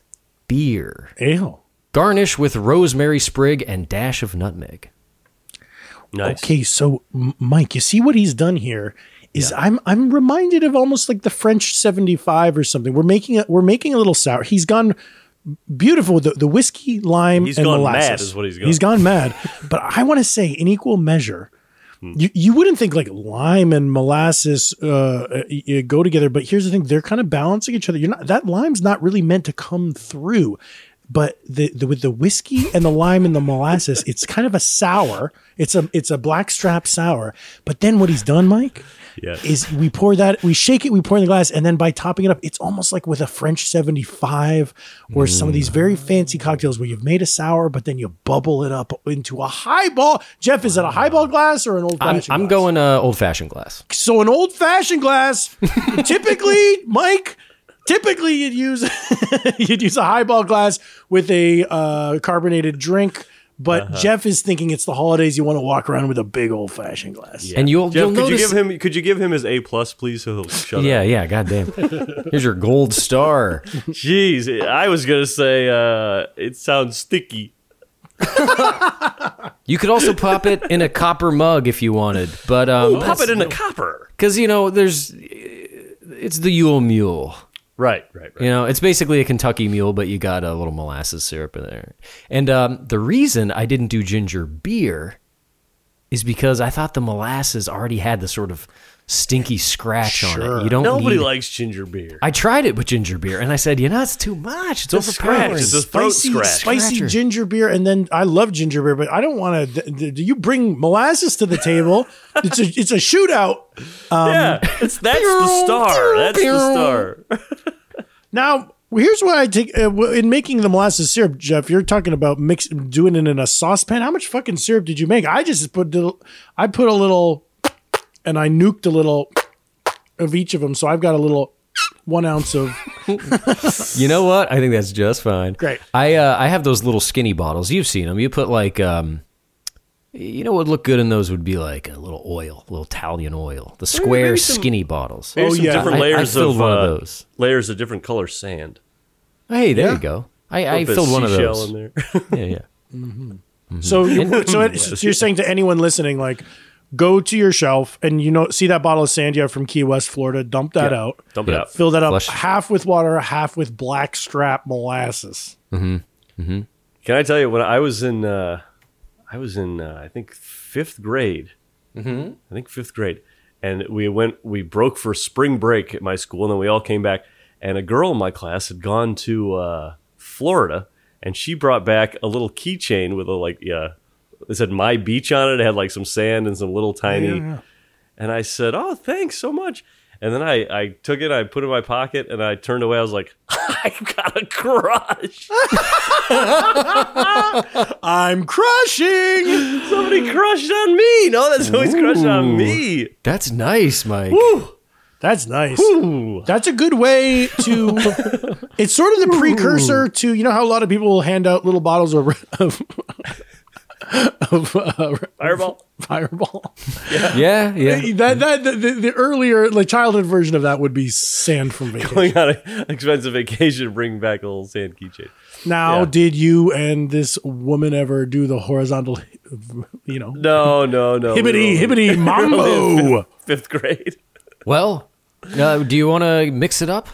S1: beer.
S3: Ale.
S1: Garnish with rosemary sprig and dash of nutmeg.
S2: Nice.
S3: Okay, so M- Mike, you see what he's done here is I'm I'm reminded of almost like the French 75 or something. We're making a we're making a little sour. He's gone beautiful with the, the whiskey, lime
S2: He's
S3: and
S2: gone
S3: molasses.
S2: mad is what he's gone.
S3: He's gone mad. but I want to say in equal measure
S2: Hmm.
S3: you, you wouldn't think like lime and molasses uh, uh, uh, go together, but here's the thing: they're kind of balancing each other. You're not that lime's not really meant to come through, but the, the with the whiskey and the lime and the molasses, it's kind of a sour. It's a it's a blackstrap sour. But then what he's done, Mike,
S2: Yes.
S3: is we pour that, we shake it, we pour in the glass, and then by topping it up, it's almost like with a French 75 or some of these very fancy cocktails where you've made a sour, but then you bubble it up into a highball. Jeff, is it a highball glass or an old
S1: I'm,
S3: fashioned
S1: I'm
S3: glass?
S1: going uh, old-fashioned glass.
S3: So an old fashioned glass, typically, Mike. Typically, you'd use you'd use a highball glass with a uh, carbonated drink, but
S1: Uh-huh.
S3: Jeff is thinking it's the holidays. You want to walk around with a big old fashioned glass.
S1: And you'll
S2: Jeff,
S1: you'll
S2: could
S1: notice.
S2: you give him? Could you give him his A plus, please? So he'll shut
S1: yeah,
S2: up.
S1: yeah. Goddamn. Here's your gold star.
S2: Jeez, I was gonna say uh, it sounds sticky.
S1: You could also pop it in a copper mug if you wanted, but um,
S2: Pop it in a copper.
S1: because you know there's it's the Yule Mule.
S2: Right, right, right.
S1: You know, it's basically a Kentucky mule, but you got a little molasses syrup in there. And um, the reason I didn't do ginger beer is because I thought the molasses already had the sort of stinky scratch on it. You don't
S2: Nobody
S1: need-
S2: likes ginger beer.
S1: I tried it with ginger beer, and I said, you know, it's too much. It's
S2: scratch.
S1: overpowering.
S2: It's a throat scratch.
S3: spicy
S1: Scratcher.
S3: ginger beer, and then I love ginger beer, but I don't want to. Th- th- you bring molasses to the table? it's a it's a shootout.
S2: yeah, it's, that's the star. That's the star.
S3: Now, here's why I take uh, w- in making the molasses syrup, Jeff. You're talking about mix doing it in a saucepan. How much fucking syrup did you make? I just put the- I put a little, and I nuked a little of each of them. So I've got a little one ounce of.
S1: You know what? I think that's just fine.
S3: Great.
S1: I uh, I have those little skinny bottles. You've seen them. You put like um, you know what would look good in those would be like a little oil, little Italian oil, the square
S2: maybe some-
S1: skinny bottles.
S2: There's
S3: Oh,
S2: some
S3: yeah.
S1: I-
S2: different
S1: I
S2: layers
S1: filled
S2: of,
S1: one of
S2: uh,
S1: those.
S2: layers of different color sand.
S1: Hey, there
S3: Yeah.
S1: you go. I, I
S2: With a
S1: filled one of
S2: seashell
S1: those.
S2: In
S1: Yeah, yeah.
S3: So you, so, it, so you're saying to anyone listening, like, go to your shelf and you know see that bottle of Sandia from Key West, Florida. Dump that out.
S2: Dump it
S1: Yeah.
S2: out.
S3: Fill that up
S1: Flush.
S3: half with water, half with blackstrap molasses.
S2: Can I tell you when I was in? Uh, I was in uh, I think fifth grade. Mm-hmm. I think fifth grade, and we went we broke for spring break at my school and then we all came back and a girl in my class had gone to uh, florida and she brought back a little keychain with a like yeah it said my beach on it it had like some sand and some little tiny and i said oh thanks so much and then I, I took it, I put it in my pocket, and I turned away. I was like, I've got a crush.
S3: I'm crushing.
S2: Somebody
S3: Mm.
S2: crushed on me. No, that's always crushed on me.
S1: That's nice, Mike.
S3: That's nice. That's a good way to. it's sort of the precursor to you know how a lot of people will hand out little bottles of of, of uh,
S2: Fireball.
S3: fireball.
S1: Yeah, yeah.
S3: That that the, the, the earlier like childhood version of that would be sand from vacation.
S2: We got an expensive vacation, bring back a little sand keychain.
S3: Now,
S2: Yeah.
S3: did you and this woman ever do the horizontal, you know,
S2: No, no, no. we
S3: hibbity
S2: were
S3: hibbity mambo?
S2: only Fifth grade.
S1: Well, uh, do you want to mix it up?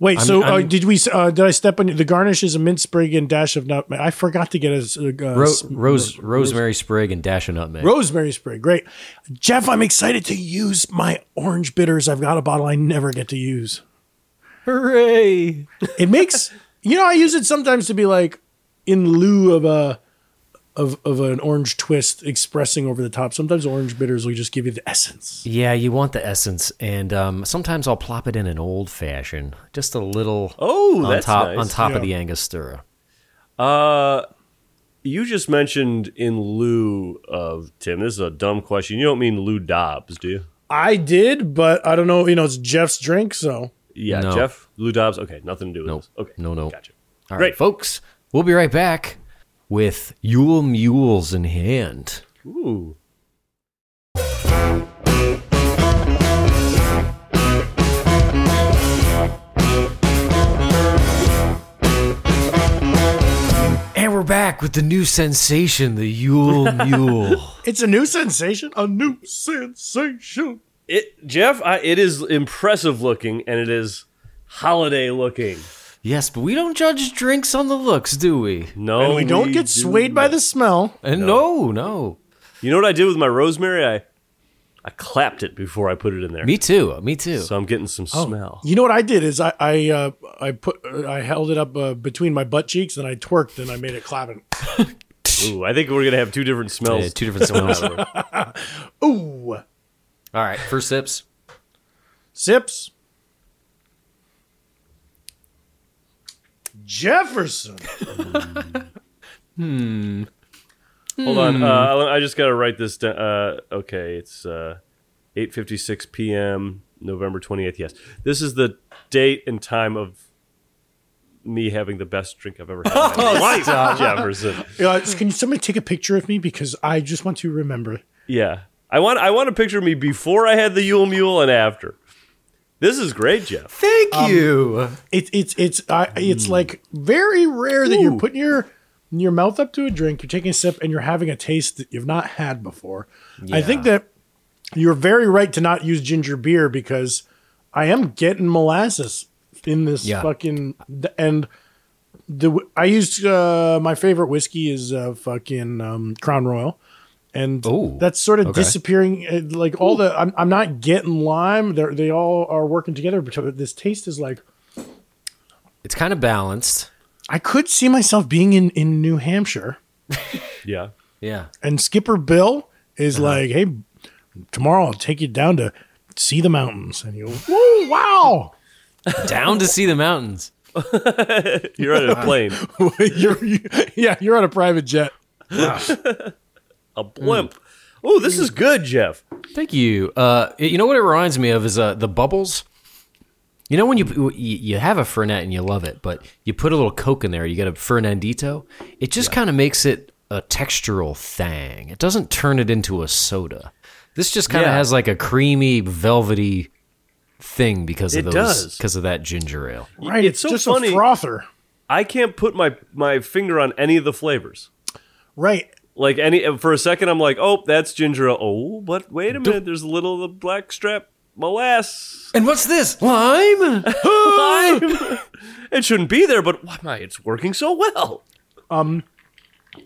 S3: Wait, so uh,
S1: I'm-
S3: did we? Uh, did I step on the garnish? Is a mint sprig and dash of nutmeg. I forgot to get a uh,
S1: Ro-
S3: s-
S1: Rose, rosemary sprig and dash of nutmeg.
S3: rosemary sprig. Great, Jeff. I'm excited to use my orange bitters. I've got a bottle I never get to use.
S1: Hooray!
S3: It makes you know I use it sometimes to be like in lieu of a of of an orange twist expressing over the top. Sometimes orange bitters will just give you the essence.
S1: Yeah, you want the essence, and um, sometimes I'll plop it in an old fashioned, just a little.
S2: Oh,
S1: on
S2: that's
S1: top
S2: nice. Uh,
S1: on top
S3: Yeah.
S1: of the Angostura.
S2: You just mentioned in lieu of Tim. This is a dumb question. You don't mean Lou Dobbs, do you?
S3: I did, but I don't know. You know, it's Jeff's drink, so
S2: Yeah,
S1: No.
S2: Jeff. Lou Dobbs. Okay, nothing to do with
S1: Nope.
S2: this. Okay,
S1: No, no.
S2: gotcha.
S1: All right,
S2: Great.
S1: folks, we'll be right back with Yule Mules in hand.
S2: Ooh.
S1: And we're back with the new sensation, the Yule Mule.
S3: it's a new sensation. A new sensation.
S2: It, Jeff. I, it is impressive looking, and it is holiday looking.
S1: yes, but we don't judge drinks on the looks, do we?
S2: No,
S3: And we don't get
S2: Oh, do
S3: swayed by
S2: not.
S3: the smell.
S1: And no, no.
S2: You know what I did with my rosemary? I I clapped it before I put it in there.
S1: Me too. uh, Me too. Oh.
S2: So I'm getting some smell.
S3: You know what I did is I I uh, I put uh, I held it up uh, between my butt cheeks and I twerked and I made it clapping.
S2: Ooh, I think we're gonna have two different
S1: Yeah,
S2: smells.
S1: Uh, two different smells. All
S3: Ooh,
S1: right, first sips.
S3: sips. Jefferson.
S1: Hmm.
S2: Hold on, uh, I- I just gotta write this down. Uh, okay, it's uh, 8:56 p.m. November 28th. Yes, this is the date and time of me having the best drink I've ever had. in
S1: Oh,
S2: my life, Jefferson.
S3: Uh, can somebody take a picture of me because I just want to remember.
S2: Yeah, I want I want a picture of me before I had the Yule Mule and after. This is great, Jeff.
S1: Thank you.
S3: It's it's it's I
S1: Mm.
S3: it's like very rare that you're putting your your mouth up to a drink, you're taking a sip, and you're having a taste that you've not had before. I think that you're very right to not use ginger beer because I am getting molasses in this
S1: Yeah.
S3: fucking and the w- I used uh, my favorite whiskey is uh, fucking um, Crown Royal. And
S1: Ooh,
S3: that's sort of
S1: okay.
S3: disappearing. uh, Like all the, I'm, I'm not getting lime. They're, they all are working together, but this taste is like
S1: It's kind of balanced.
S3: I could see myself being in, in New Hampshire
S2: Yeah.
S1: Yeah.
S3: and Skipper Bill is like, hey, tomorrow I'll take you down to see the mountains. And you go, whoa, wow.
S1: Down to see the mountains.
S2: You're on a plane,
S3: you're, you, yeah, you're on a private jet.
S2: a blimp. Oh, this is good, Jeff.
S1: Thank you. Uh, you know what it reminds me of is uh, the bubbles. You know when you you you have a Fernet and you love it, but you put a little Coke in there, you get a Fernandito. It just kind of makes it a textural thing. It doesn't turn it into a soda. This just kind of
S2: Yeah.
S1: has like a creamy, velvety thing because of
S2: It
S1: those
S2: does.
S1: because of that ginger ale.
S3: Right.
S2: It's
S3: It's,
S2: so
S3: just
S2: funny.
S3: a frother.
S2: I can't put my my finger on any of the flavors.
S3: Right.
S2: Like any for a second, I'm like, oh, that's ginger. ale. Oh, but wait a minute, there's a little of the black strap molasses.
S1: And what's this? Lime?
S2: it shouldn't be there, but why am I? It's working so well.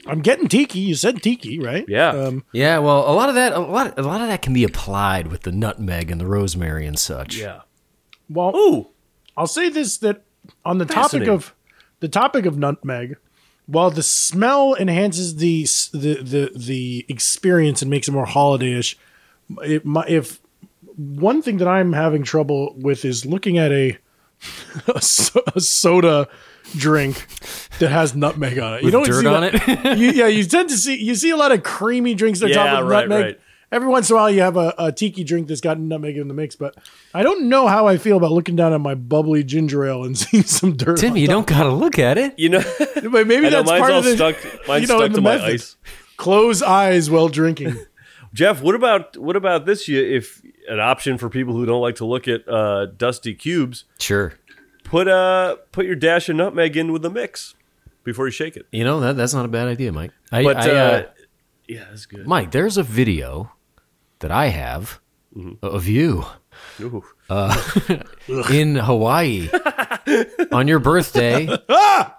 S3: I'm getting tiki. You said tiki, right?
S2: Yeah.
S3: Um,
S1: Yeah, well, a lot of that, a lot, a lot of that can be applied with the nutmeg and the rosemary and such.
S2: Yeah.
S3: well,
S2: Ooh.
S3: I'll say this: that on the topic
S2: Fascinating.
S3: of the topic of nutmeg, while the smell enhances the s- the the, the experience and makes it more holiday-ish, it, mi- if one thing that I'm having trouble with is looking at a a, so- a soda drink that has nutmeg on it. You
S1: With
S3: don't
S1: dirt
S3: see
S1: on
S3: that-
S1: it?
S3: you, yeah, you tend to see you see a lot of creamy drinks that are
S2: Yeah,
S3: top with
S2: right,
S3: nutmeg.
S2: right.
S3: Every once in a while, you have a, a tiki drink that's got nutmeg in the mix, but I don't know how I feel about looking down at my bubbly ginger ale and seeing some dirt.
S1: Tim,
S3: on
S1: you
S3: top.
S1: don't gotta look at it.
S2: You know,
S3: But maybe
S2: I know,
S3: that's
S2: mine's
S3: part
S2: all
S3: of the,
S2: stuck- mine's
S3: you know,
S2: stuck
S3: in
S2: to
S3: the
S2: my
S3: method.
S2: ice.
S3: Close eyes while drinking.
S2: Jeff, what about what about this? You, if an option for people who don't like to look at uh, dusty cubes,
S1: Sure.
S2: put uh put your dash of nutmeg in with the mix before you shake it.
S1: You know that that's not a bad idea, Mike. I,
S2: But
S1: I,
S2: uh,
S1: uh,
S2: yeah, that's good.
S1: Mike, there's a video that I have of you
S2: Mm-hmm.
S1: uh,
S2: Ooh.
S1: in Hawaii on your birthday
S2: Ah!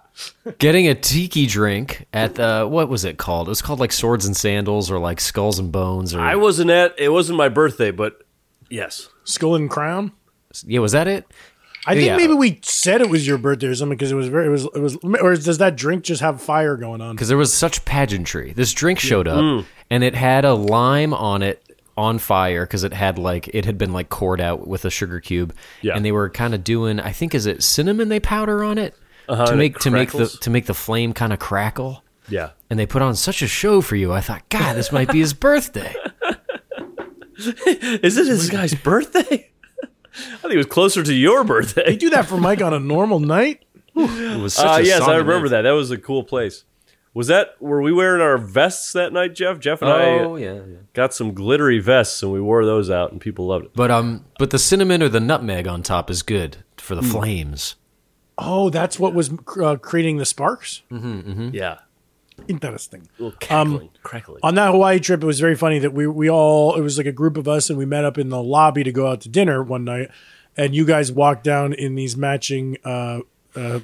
S1: getting a tiki drink at the what was it called? It was called like Swords and Sandals or like Skulls and Bones or
S2: I wasn't at. It wasn't my birthday, but yes,
S3: Skull and crown.
S1: yeah, was that it?
S3: I think
S1: Yeah.
S3: maybe we said it was your birthday or something because it was very it was it was or does that drink just have fire going on?
S1: Because there was such pageantry. This drink showed up
S2: Mm.
S1: and it had a lime on it on fire because it had like it had been like cored out with a sugar cube
S2: Yeah.
S1: and they were kind of doing I think is it cinnamon they powder on it to
S2: and it
S1: make to make the
S2: Uh-huh, crackles?
S1: to make the flame kind of crackle
S2: yeah.
S1: and they put on such a show for you I thought god this might be his birthday
S2: Is it this guy's birthday? I think it was closer to your birthday.
S3: They do that for Mike on a normal night.
S1: it was such a
S2: Uh, yes,
S1: song
S2: I
S1: and
S2: remember
S1: dance.
S2: that. That was a cool place. Was that were we wearing our vests that night, Jeff? Jeff and
S1: oh
S2: I
S1: yeah, yeah
S2: got some glittery vests and we wore those out, and people loved it.
S1: but um but the cinnamon or the nutmeg on top is good for
S2: Mm.
S1: the flames
S3: Oh, that's what was uh, creating the sparks.
S1: Hmm?
S2: Yeah, Um,
S3: Interesting.
S2: a little cackling, crackling.
S3: on that Hawaii trip, it was very funny that we we all it was like a group of us and we met up in the lobby to go out to dinner one night, and you guys walked down in these matching uh uh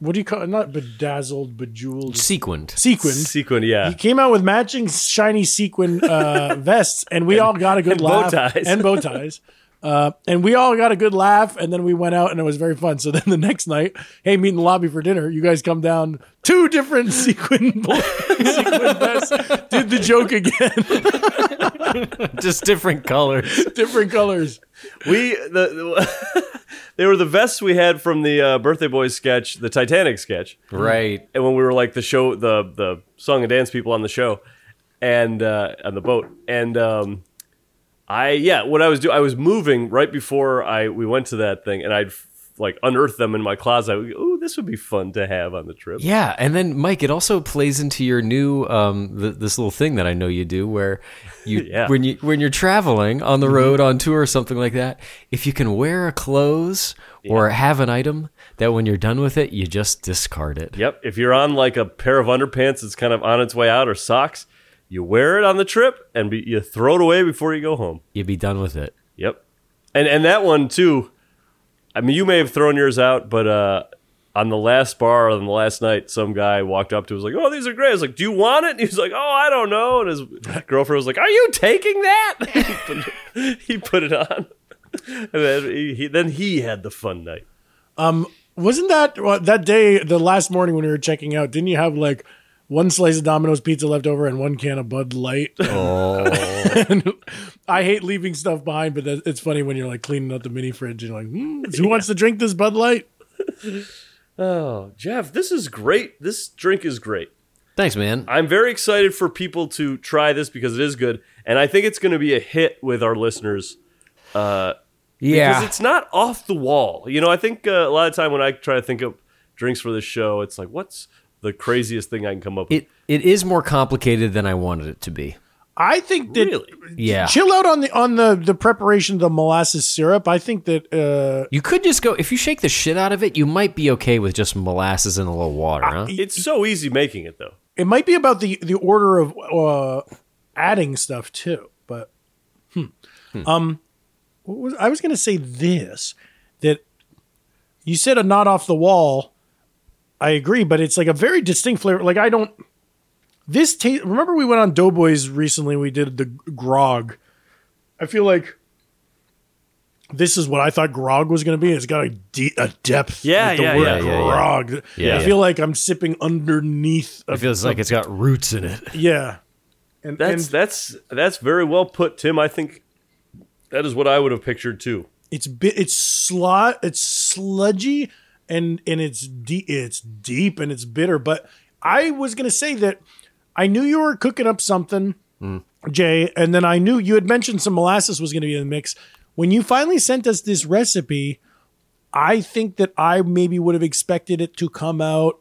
S3: what do you call it? not bedazzled bejeweled
S1: sequined
S3: sequins.
S2: Sequin, yeah.
S3: He came out with matching shiny sequin uh, vests, and we all got a
S2: and
S3: good
S2: bow
S3: laugh
S2: ties.
S3: and bow ties. Uh, and we all got a good laugh, and then we went out, and it was very fun. So then the next night, hey, meet in the lobby for dinner. You guys come down, two different sequin, bo- sequin vests. Did the joke again,
S1: just different colors
S3: different colors.
S2: We the, the- they were the vests we had from the uh, birthday boys sketch, the Titanic sketch,
S1: right
S2: and when we were like the show, the the song and dance people on the show, and uh, on the boat, and um, I yeah, what I was doing, I was moving right before I we went to that thing, and I'd f- like unearth them in my closet. I would go, Oh, this would be fun to have on the trip.
S1: Yeah, and then Mike, it also plays into your new um, th- this little thing that I know you do, where you
S2: Yeah. Mm-hmm.
S1: when you when you're traveling on the road on tour or something like that, if you can wear a clothes or have an item that when you're done with it, you just discard it.
S2: Yep, if you're on like a pair of underpants that's kind of on its way out or socks, you wear it on the trip and be, you throw it away before you go home.
S1: You'd be done with it.
S2: Yep. And and that one too. I mean, you may have thrown yours out, but uh, on the last bar on the last night, some guy walked up to us like, "Oh, these are great." I was like, "Do you want it?" And he was like, "Oh, I don't know." And his girlfriend was like, "Are you taking that?" he, put, he put it on, and then he, he then he had the fun night.
S3: Wasn't that well, that day the last morning when we were checking out? Didn't you have like one slice of Domino's pizza left over and one can of Bud Light? I hate leaving stuff behind, but that, it's funny when you're like cleaning out the mini fridge and you're like, hmm, who wants to drink this Bud Light?
S2: Oh, Jeff, this is great. This drink is great.
S1: Thanks, man.
S2: I'm very excited for people to try this because it is good, and I think it's going to be a hit with our listeners. because it's not off the wall. You know, I think uh, a lot of time when I try to think of drinks for this show, it's like, what's the craziest thing I can come up with?
S1: it it is more complicated than I wanted it to be.
S3: I think that
S2: really?
S1: Yeah.
S3: chill out on the on the the preparation of the molasses syrup. I think that uh,
S1: You could just go if you shake the shit out of it, you might be okay with just molasses and a little water,
S2: Uh,
S1: huh?
S2: It's so easy making it though.
S3: it might be about the the order of uh, adding stuff too. But hmm. um, what was I was going to say this that you said a not off the wall. I agree, but it's like a very distinct flavor. Like I don't. This taste. Remember, we went on Doughboys recently. We did the grog. I feel like this is what I thought grog was going to be. It's got a, de- a depth.
S2: Yeah,
S3: with the
S2: yeah,
S3: word
S2: yeah, yeah,
S1: yeah.
S3: grog.
S1: Yeah,
S3: I
S1: yeah.
S3: feel like I'm sipping underneath. A,
S1: It feels like it's got roots in it.
S3: yeah, and
S2: That's
S3: and
S2: that's that's very well put, Tim. I think that is what I would have pictured too.
S3: it's bi- it's slot it's sludgy and and it's deep it's deep and it's bitter but i was going to say that i knew you were cooking up something jay and then i knew you had mentioned some molasses was going to be in the mix when you finally sent us this recipe i think that i maybe would have expected it to come out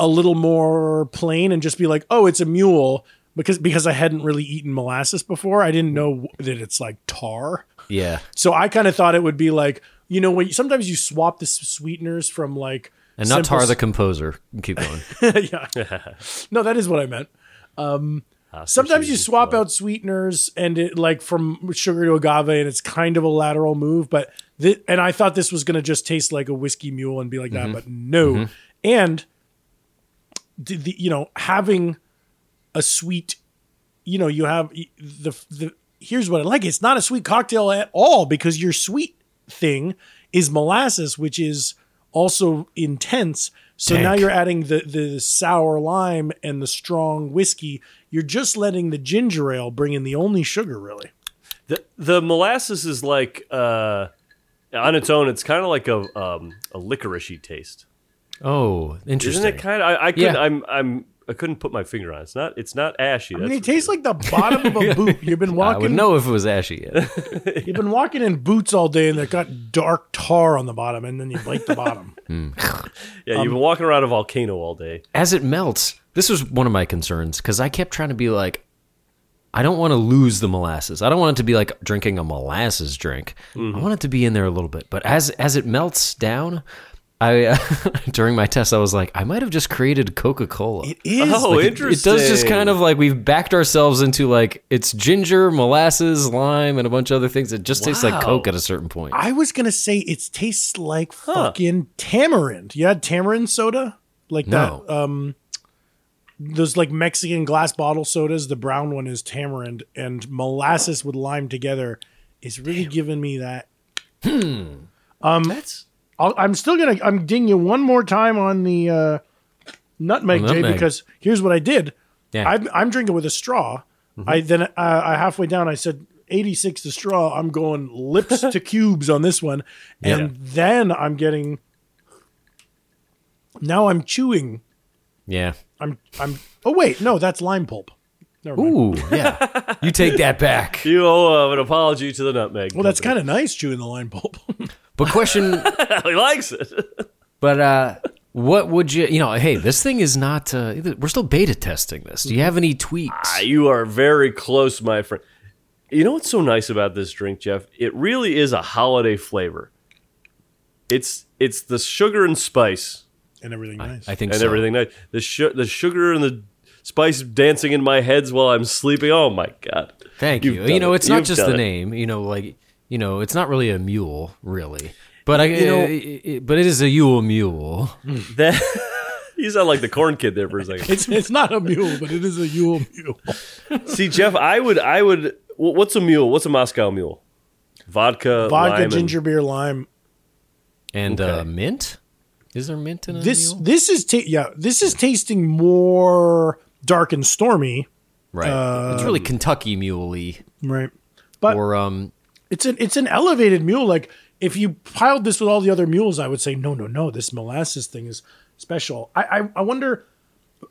S3: a little more plain and just be like oh it's a mule because because i hadn't really eaten molasses before i didn't know that it's like tar
S1: Yeah.
S3: so I kind of thought it would be like, you know, when sometimes you swap the s- sweeteners from like
S1: And not
S3: simple
S1: Tar the
S3: s-
S1: composer. Keep going.
S3: yeah. no, that is what I meant.
S1: Ah,
S3: Um, sometimes you swap out sweeteners and it like from sugar to agave, and it's kind of a lateral move. But thi- and I thought this was gonna just taste like a whiskey mule and be like
S1: Mm-hmm.
S3: that, but no. And d- the, you know, having a sweet you know you have the the here's what I like it's not a sweet cocktail at all because your sweet thing is molasses which is also intense so now
S1: Tank.
S3: you're adding the the sour lime and the strong whiskey you're just letting the ginger ale bring in the only sugar really
S2: The the molasses is like uh, on its own. It's kind of like a um, a licoricey taste,
S1: Oh, interesting.
S2: isn't it? Kind of. I, I couldn't.
S1: Yeah.
S2: I'm I'm I couldn't put my finger on. it. It's not. It's not ashy.
S3: I mean,
S2: that's
S3: it tastes like the bottom of a boot you've been
S1: I would
S3: walking
S1: know if it was ashy. Yet.
S3: you've been walking in boots all day and they've got dark tar on the bottom and then you bite the bottom
S1: Oh,
S2: yeah, you've
S1: um,
S2: been walking around a volcano all day.
S1: As it melts, this was one of my concerns because I kept trying to be like, I don't want to lose the molasses. I don't want it to be like drinking a molasses drink. I want it to be in there a little bit. But as as it melts down, I uh, during my test I was like, I might have just created Coca Cola. It
S3: is
S2: Oh, interesting.
S1: It does just kind of like we've backed ourselves into like it's ginger, molasses, lime, and a bunch of other things. It just tastes like Coke at a certain point.
S3: I was gonna say it tastes like fucking tamarind. You had tamarind soda, like
S1: No.
S3: that. Um, those like Mexican glass bottle sodas. The brown one is tamarind, and molasses with lime together is really giving me that.
S1: Hmm.
S3: Um,
S2: That's
S3: I'll, I'm still gonna I'm ding you one more time on the uh, nutmeg, Jay
S1: Nutmeg.
S3: because here's what I did.
S1: Yeah. Mm-hmm.
S3: I'm, I'm drinking with a straw. I then uh, I halfway down I said 86 to straw. I'm going lips to cubes on this one, and then I'm getting. Now I'm chewing.
S1: yeah.
S3: I'm I'm. Oh wait, no, that's lime pulp. Never mind.
S1: Ooh, yeah. you take that back.
S2: you owe uh, an apology to the nutmeg.
S3: Well, that's kind of nice chewing the lime pulp.
S1: But question
S2: of he likes it.
S1: But uh, what would you, you know, hey, this thing is not, uh, we're still beta testing this. Do you have any tweaks?
S2: You are very close, my friend. You know what's so nice about this drink, Jeff? It really is a holiday flavor. It's it's the sugar and spice
S3: and everything nice.
S1: I think
S2: and
S1: so.
S2: everything nice. The su- the sugar and the spice dancing in my heads while I'm sleeping. Oh my god!
S1: Thank
S2: You've
S1: you.
S2: done
S1: You know,
S2: it.
S1: it's not
S2: You've
S1: just
S2: done
S1: the
S2: it.
S1: name, you know, like, you know, it's not really a mule, really. But I, you
S2: know-
S1: know, but it is a Yule mule.
S2: That you sound like the corn kid there for a second.
S3: it's it's not a mule, but it is a Yule mule.
S2: See, Jeff, I would I would. wh- What's a mule? What's a Moscow mule? Vodka, lime,
S3: Vodka,
S2: and-
S3: ginger beer, lime.
S1: And uh, mint? Is there mint in a
S3: this
S1: mule?
S3: this is ta- yeah this is tasting more dark and stormy
S1: Right.
S2: um,
S1: it's really Kentucky muley
S3: right but
S1: or, um,
S3: it's an it's an elevated mule like if you piled this with all the other mules i would say no no no this molasses thing is special i i, I wonder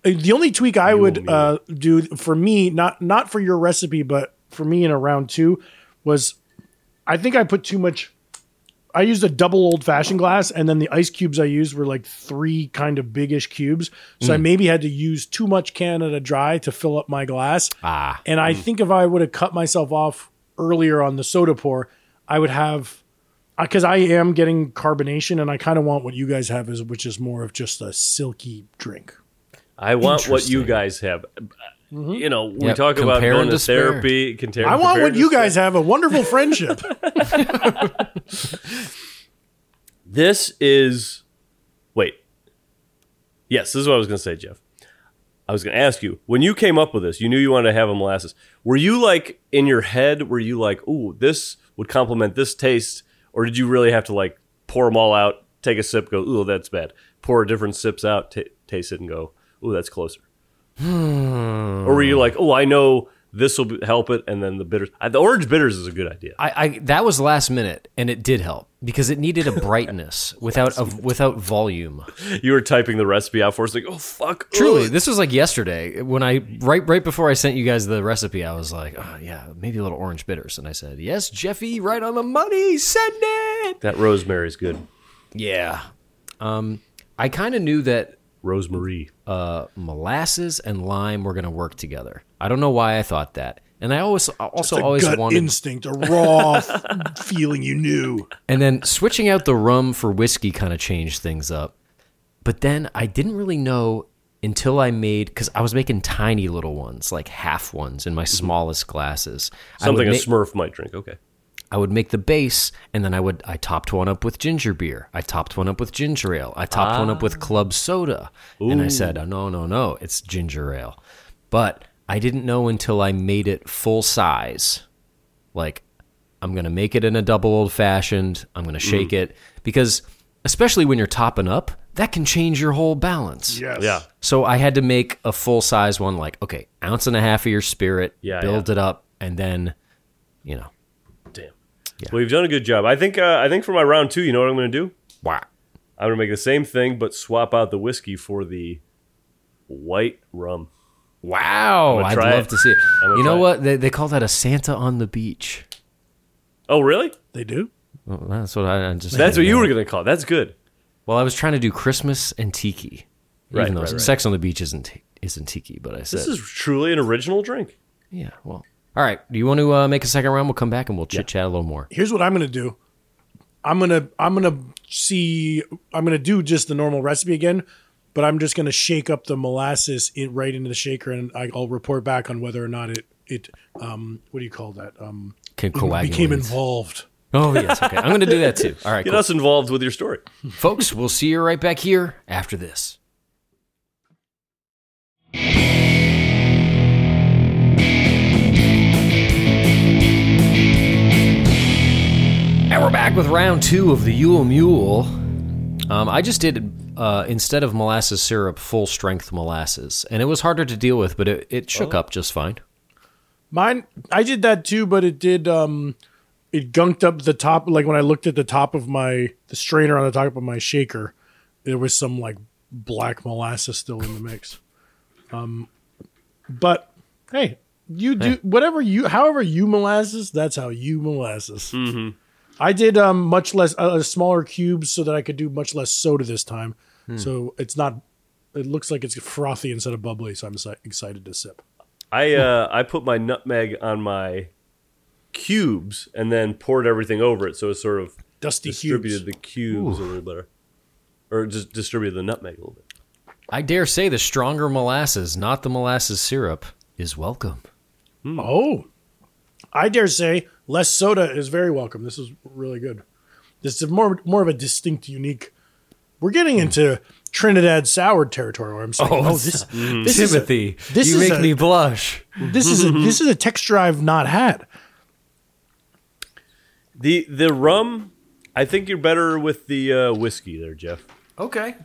S3: uh, the only tweak i would uh do for me not not for your recipe but for me in a round two was i think i put too much I used a double old fashioned glass, and then the ice cubes I used were like three kind of biggish cubes. So I maybe had to use too much Canada Dry to fill up my glass.
S1: Ah.
S3: And I think if I would have cut myself off earlier on the soda pour, I would have, because I am getting carbonation, and I kind of want what you guys have, is which is more of just a silky drink.
S2: I want what you guys have. You know, we
S1: Yep,
S2: talk about
S1: compare
S2: going
S1: and
S2: to
S1: despair.
S2: therapy. Compare,
S3: Mm-hmm. I want
S2: compare
S3: what
S2: and
S3: you
S2: despair.
S3: guys have a wonderful friendship.
S2: This is. Wait. Yes, this is what I was going to say, Jeff. I was going to ask you when you came up with this, you knew you wanted to have a molasses. Were you like in your head? Were you like, "Ooh, this would complement this taste," or did you really have to like pour them all out, take a sip, go, "Ooh, that's bad." Pour different sips out, ta taste it, and go, "Ooh, that's closer." or were you like, "Oh, I know this will be- help it," and then the bitters, I, the orange bitters is a good idea.
S1: I, I that was last minute, and it did help because it needed a brightness without a, without volume.
S2: You were typing the recipe out for us, like, "Oh fuck!"
S1: Truly,
S2: ugh."
S1: this was like yesterday when I right right before I sent you guys the recipe. I was like, oh, yeah, maybe a little orange bitters, and I said, yes, Jeffy, right on the money, send it.
S2: that rosemary's good.
S1: Yeah, um, I kind of knew that
S2: Rosemary.
S1: uh, molasses and lime were going to work together. I don't know why I thought that, and I always I also
S3: a
S1: always
S3: gut
S1: wanted.
S3: instinct, a raw f- feeling you knew.
S1: And then switching out the rum for whiskey kind of changed things up. But then I didn't really know until I made because I was making tiny little ones, like half ones in my smallest glasses.
S2: Something
S1: I
S2: a
S1: would, ma-
S2: Smurf might drink. Okay.
S1: I would make the base, and then I would I topped one up with ginger beer. I topped one up with ginger ale. I topped one up
S2: Ah.
S1: with club soda. And I said, oh, no, no, no, it's ginger ale. But I didn't know until I made it full size like i'm gonna make it in a double old fashioned i'm gonna
S2: Mm.
S1: shake it because especially when you're topping up that can change your whole balance
S3: Yes.
S2: Yeah.
S1: so i had to make a full size one like okay ounce and a half of your spirit
S2: Yeah,
S1: build it up and then you know
S2: Damn. Well, you've done a good job. I think. Uh, I think for my round two, you know what I'm going to do?
S1: wow
S2: I'm going to make the same thing, but swap out the whiskey for the white rum.
S1: wow
S2: gonna
S1: i'd
S2: try
S1: love
S2: it.
S1: to see it
S2: I'm gonna
S1: you know
S2: try it.
S1: what they, they call that a santa on the beach
S2: Oh, really?
S3: They do?
S1: well, that's what i, I just
S2: That's what you were going to call. It. That's good.
S1: well i was trying to do christmas and tiki
S2: Right,
S1: even though
S2: right, right.
S1: sex on the beach isn't ti- isn't tiki but i said
S2: This is truly an original drink.
S1: Yeah, well. All right. Do you want to uh, make a second round? We'll come back and we'll chit chat a little more.
S3: Here's what I'm going to do. I'm going to I'm going to see I'm going to do just the normal recipe again, but I'm just going to shake up the molasses in, right into the shaker and I, I'll report back on whether or not it it um what do you call that? Um
S1: Can coagulate.
S3: became involved.
S1: Oh yes. Okay. I'm going to do that too. All right,
S2: Get
S1: cool.
S2: us involved with your story.
S1: folks. We'll see you right back here after this. And we're back with round two of the Yule Mule. Um, I just did uh, instead of molasses syrup, full strength molasses, and it was harder to deal with, but it, it shook up just fine.
S3: Mine, I did that too, but it did. Um, it gunked up the top. Like when I looked at the top of my the strainer on the top of my shaker, there was some like black molasses still in the mix. Um, but hey, you do whatever you, however you molasses, that's how you molasses. I did um much less uh, smaller cubes so that I could do much less soda this time. So it's not. It looks like it's frothy instead of bubbly. So I'm exci- excited to sip.
S2: I uh, I put my nutmeg on my cubes and then poured everything over it, so it sort of
S3: Dusty
S2: distributed
S3: cubes.
S2: the cubes a little better, or just distributed the nutmeg a little bit.
S1: I dare say the stronger molasses, not the molasses syrup, is welcome.
S3: Oh, I dare say less soda is very welcome. This is really good. This is more more of a distinct, unique. We're getting into Trinidad sour territory. Where I'm saying, Hmm. oh, this, this is a- this is a-
S1: blush.
S3: this is a this is a texture I've not had.
S2: The the rum, I think you're better with the uh, whiskey there, Jeff.
S1: Okay.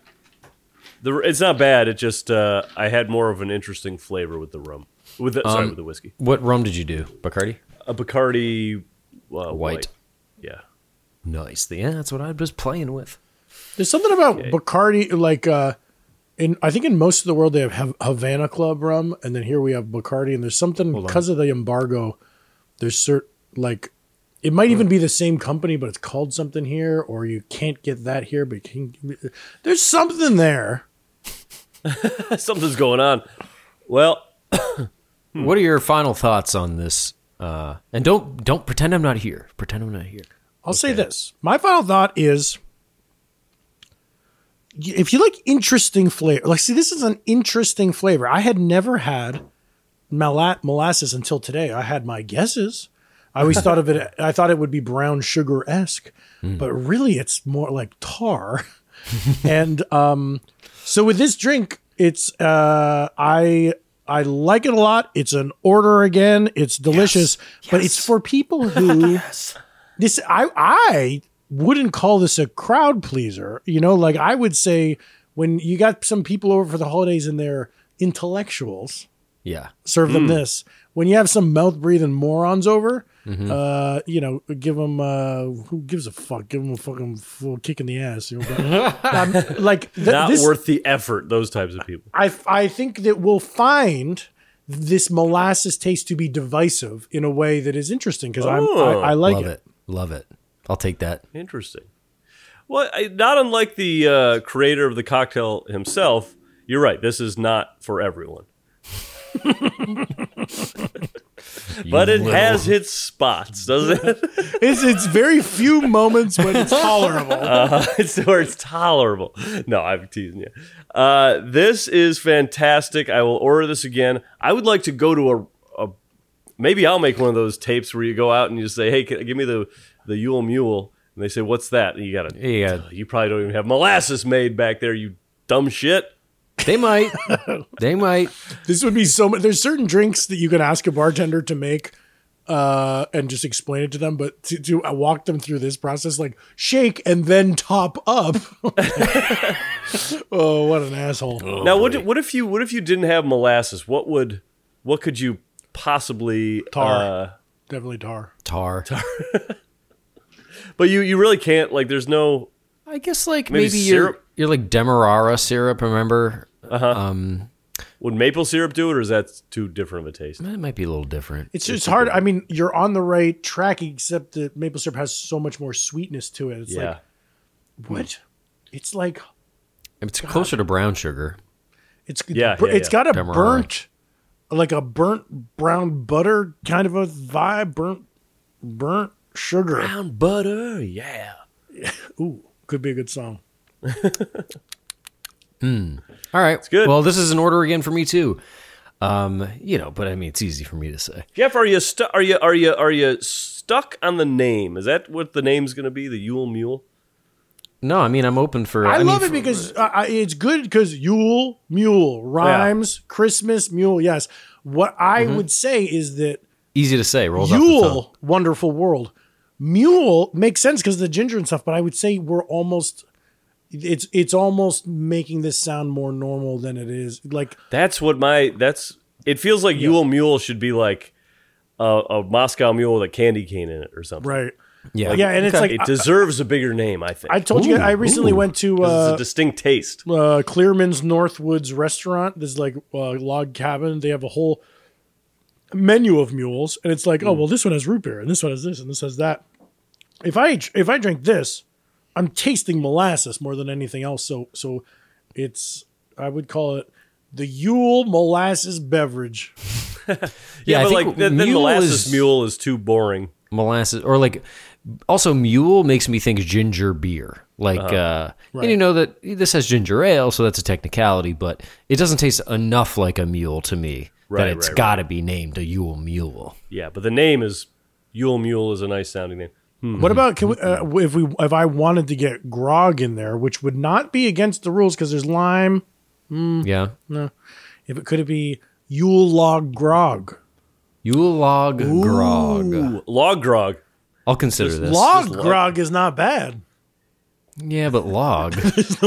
S2: The it's not bad. It just uh, I had more of an interesting flavor with the rum. With the,
S3: Um,
S2: sorry, with the whiskey,
S1: What rum did you do, Bacardi?
S2: a Bacardi uh, white.
S1: White.
S2: Yeah,
S1: Nice. Yeah, that's what I was playing with.
S3: There's something about Bacardi, like uh, in I think in most of the world they have Hav- Havana Club rum, and then here we have Bacardi, and there's something because of the embargo. There's cert like it might even be the same company, but it's called something here, or you can't get that here, but you can, there's something there.
S2: something's going on. Well,
S1: What are your final thoughts on this? Uh, and don't don't pretend I'm not here. Pretend I'm not here.
S3: I'll say this. My final thought is y- if you like interesting flavor, like, see, this is an interesting flavor. I had never had mola- molasses until today. I had my guesses. I always thought of it, I thought it would be brown sugar esque, but really it's more like tar. and um, so with this drink, It's uh I I like it a lot. It's an order again. It's delicious, but it's for people who this I I wouldn't call this a crowd pleaser. You know, like I would say when you got some people over for the holidays and they're intellectuals,
S1: Yeah.
S3: serve
S2: Hmm.
S3: them this. When you have some mouth breathing morons over,
S2: Mm-hmm.
S3: uh, you know, give them uh, who gives a fuck? Give them a fucking full kick in the ass. You know, but, um, like th-
S2: Not
S3: this,
S2: worth the effort. Those types of people.
S3: I I think that we'll find this molasses taste to be divisive in a way that is interesting because
S2: Oh.
S3: I, I like
S1: Love
S3: it.
S1: it. Love it. I'll take that.
S2: Interesting. Well, I, not unlike the uh, creator of the cocktail himself, you're right. This is not for everyone, but it has its spots, doesn't it?
S3: It's it's very few moments when it's tolerable.
S2: it's where it's tolerable. No, I'm teasing you. Uh, this is fantastic. I will order this again. I would like to go to a, a maybe I'll make one of those tapes where you go out and you say, "Hey, can, give me the the Yule Mule," and they say, "What's that?" And you got to.
S1: Yeah.
S2: You probably don't even have molasses made back there. You dumb shit.
S1: They might. they might.
S3: This would be so much. There's certain drinks that you can ask a bartender to make uh, and just explain it to them, but to, to uh, walk them through this process, like shake and then top up. oh, what an asshole.
S2: now, what, what if you what if you didn't have molasses? What would what could you possibly
S3: Tar.
S2: Uh,
S3: Definitely tar.
S1: Tar.
S2: but you you really can't like. There's no
S1: I guess like
S2: Maybe
S1: maybe, you're
S2: syrup?
S1: you're like demerara syrup. Remember?
S2: would maple syrup do it, or is that too different of a taste?
S1: It might be a little different.
S3: It's just hard. I mean, you're on the right track, except that maple syrup has so much more sweetness to it. It's
S2: yeah.
S3: like, what? It's like,
S1: It's closer to brown sugar.
S3: it's,
S2: Yeah, yeah,
S3: it's
S2: yeah.
S3: got a
S1: Demerara.
S3: burnt, like a burnt brown butter kind of a vibe, burnt, burnt sugar.
S2: brown butter. Yeah.
S3: Ooh, could be a good song.
S1: All right. It's
S2: good.
S1: Well, this is an order again for me too. Um, you know, but I mean, it's easy for me to say.
S2: Jeff, are you stu- are you are you are you stuck on the name? Is that what the name's going to be? The Yule Mule.
S1: No, I mean, I'm open for.
S3: I,
S1: mean,
S3: love it
S1: for-
S3: because uh, I- it's good because Yule Mule rhymes Christmas Mule. Yes, what I
S2: Mm-hmm.
S3: would say is that
S1: easy to say. Rolls off the tongue.
S3: Yule Wonderful World Mule makes sense because of the ginger and stuff. But I would say we're almost it's it's almost making this sound more normal than it is. Like
S2: That's what my that's. It feels like Yule Mule should be like a, a Moscow Mule with a candy cane in it or something.
S3: right,
S1: Yeah.
S3: yeah, and it's like
S2: It deserves a bigger name, I think.
S3: I, I told you
S1: Ooh,
S3: I recently
S1: ooh.
S3: went to
S2: 'Cause
S3: uh,
S2: it's a distinct taste.
S3: uh, Clearman's Northwoods restaurant. This is like uh, log cabin. They have a whole menu of mules, and it's like,
S1: Hmm.
S3: oh well, this one has root beer, and this one has this, and this has that. If I if I drink this, I'm tasting molasses more than anything else. So so, it's I would call it the Yule molasses beverage.
S1: yeah, I
S2: but
S1: think
S2: like then, then
S1: mule
S2: molasses
S1: is-
S2: mule is too boring.
S1: molasses or like also mule makes me think ginger beer like
S2: Uh-huh.
S1: uh and you know that this has ginger ale so that's a technicality but it doesn't taste enough like a mule to me
S2: Right,
S1: that it's
S2: right,
S1: got to be named a yule mule
S2: Yeah, but the name is Yule Mule is a nice sounding name.
S1: Hmm.
S3: What about can we, uh, if we if I wanted to get grog in there, which would not be against the rules because there's lime.
S2: Hmm.
S1: yeah
S3: If it could it be Yule log grog?
S1: yule log grog
S2: Ooh, log grog.
S1: i'll consider this
S3: log
S2: log.
S3: grog is not bad.
S1: yeah but log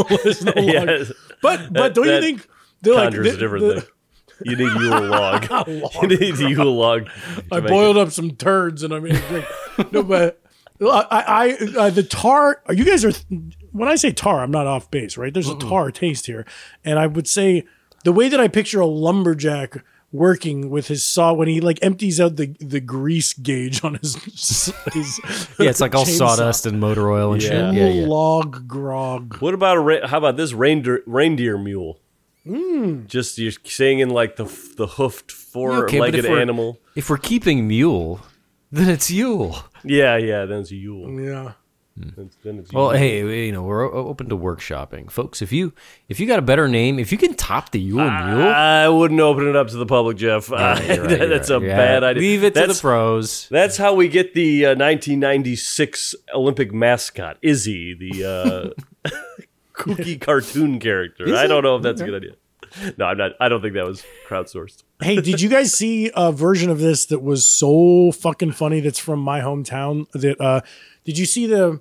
S2: Yeah,
S3: But but
S2: That-
S3: don't you
S2: that
S3: think they're like
S2: conjures
S3: the-
S2: a different
S3: the-
S2: thing. You need Yule log. you
S3: Log
S2: need Yule log. to
S3: I
S2: make
S3: boiled up some turds and I made a drink. no, but I, I uh, the tar. You guys are when I say tar, I'm not off base, right? There's a tar taste here, and I would say the way that I picture a lumberjack working with his saw when he like empties out the the grease gauge on his his
S1: yeah it's like all
S3: chainsaw.
S1: sawdust and motor oil and
S2: Yeah.
S1: shit yeah yeah
S3: log grog.
S2: What about a re- how about this reindeer reindeer mule? Just you're singing like the f- the hoofed four
S1: Hmm. Okay, but
S2: legged
S1: if we're-
S2: animal.
S1: if we're keeping mule then it's yule
S2: Yeah, yeah. Then it's Yule.
S3: Yeah.
S2: Then it's- then it's
S1: Mm. Well,
S2: Yule.
S1: hey, you know we're o- open to workshopping, folks. If you if you got a better name, if you can top the Yule
S2: Ah,
S1: Mule,
S2: I wouldn't open it up to the public, Jeff.
S1: you're right, you're
S2: that's
S1: right.
S2: a
S1: Yeah,
S2: bad idea.
S1: Leave it to
S2: that's,
S1: the pros.
S2: That's how we get the uh, 1996 Olympic mascot Izzy, the uh, kooky cartoon character. I don't know if that's a good idea. No, I'm not. I don't think that was crowdsourced.
S3: Hey, did you guys see a version of this that was so fucking funny? That's from my hometown. That uh, did you see the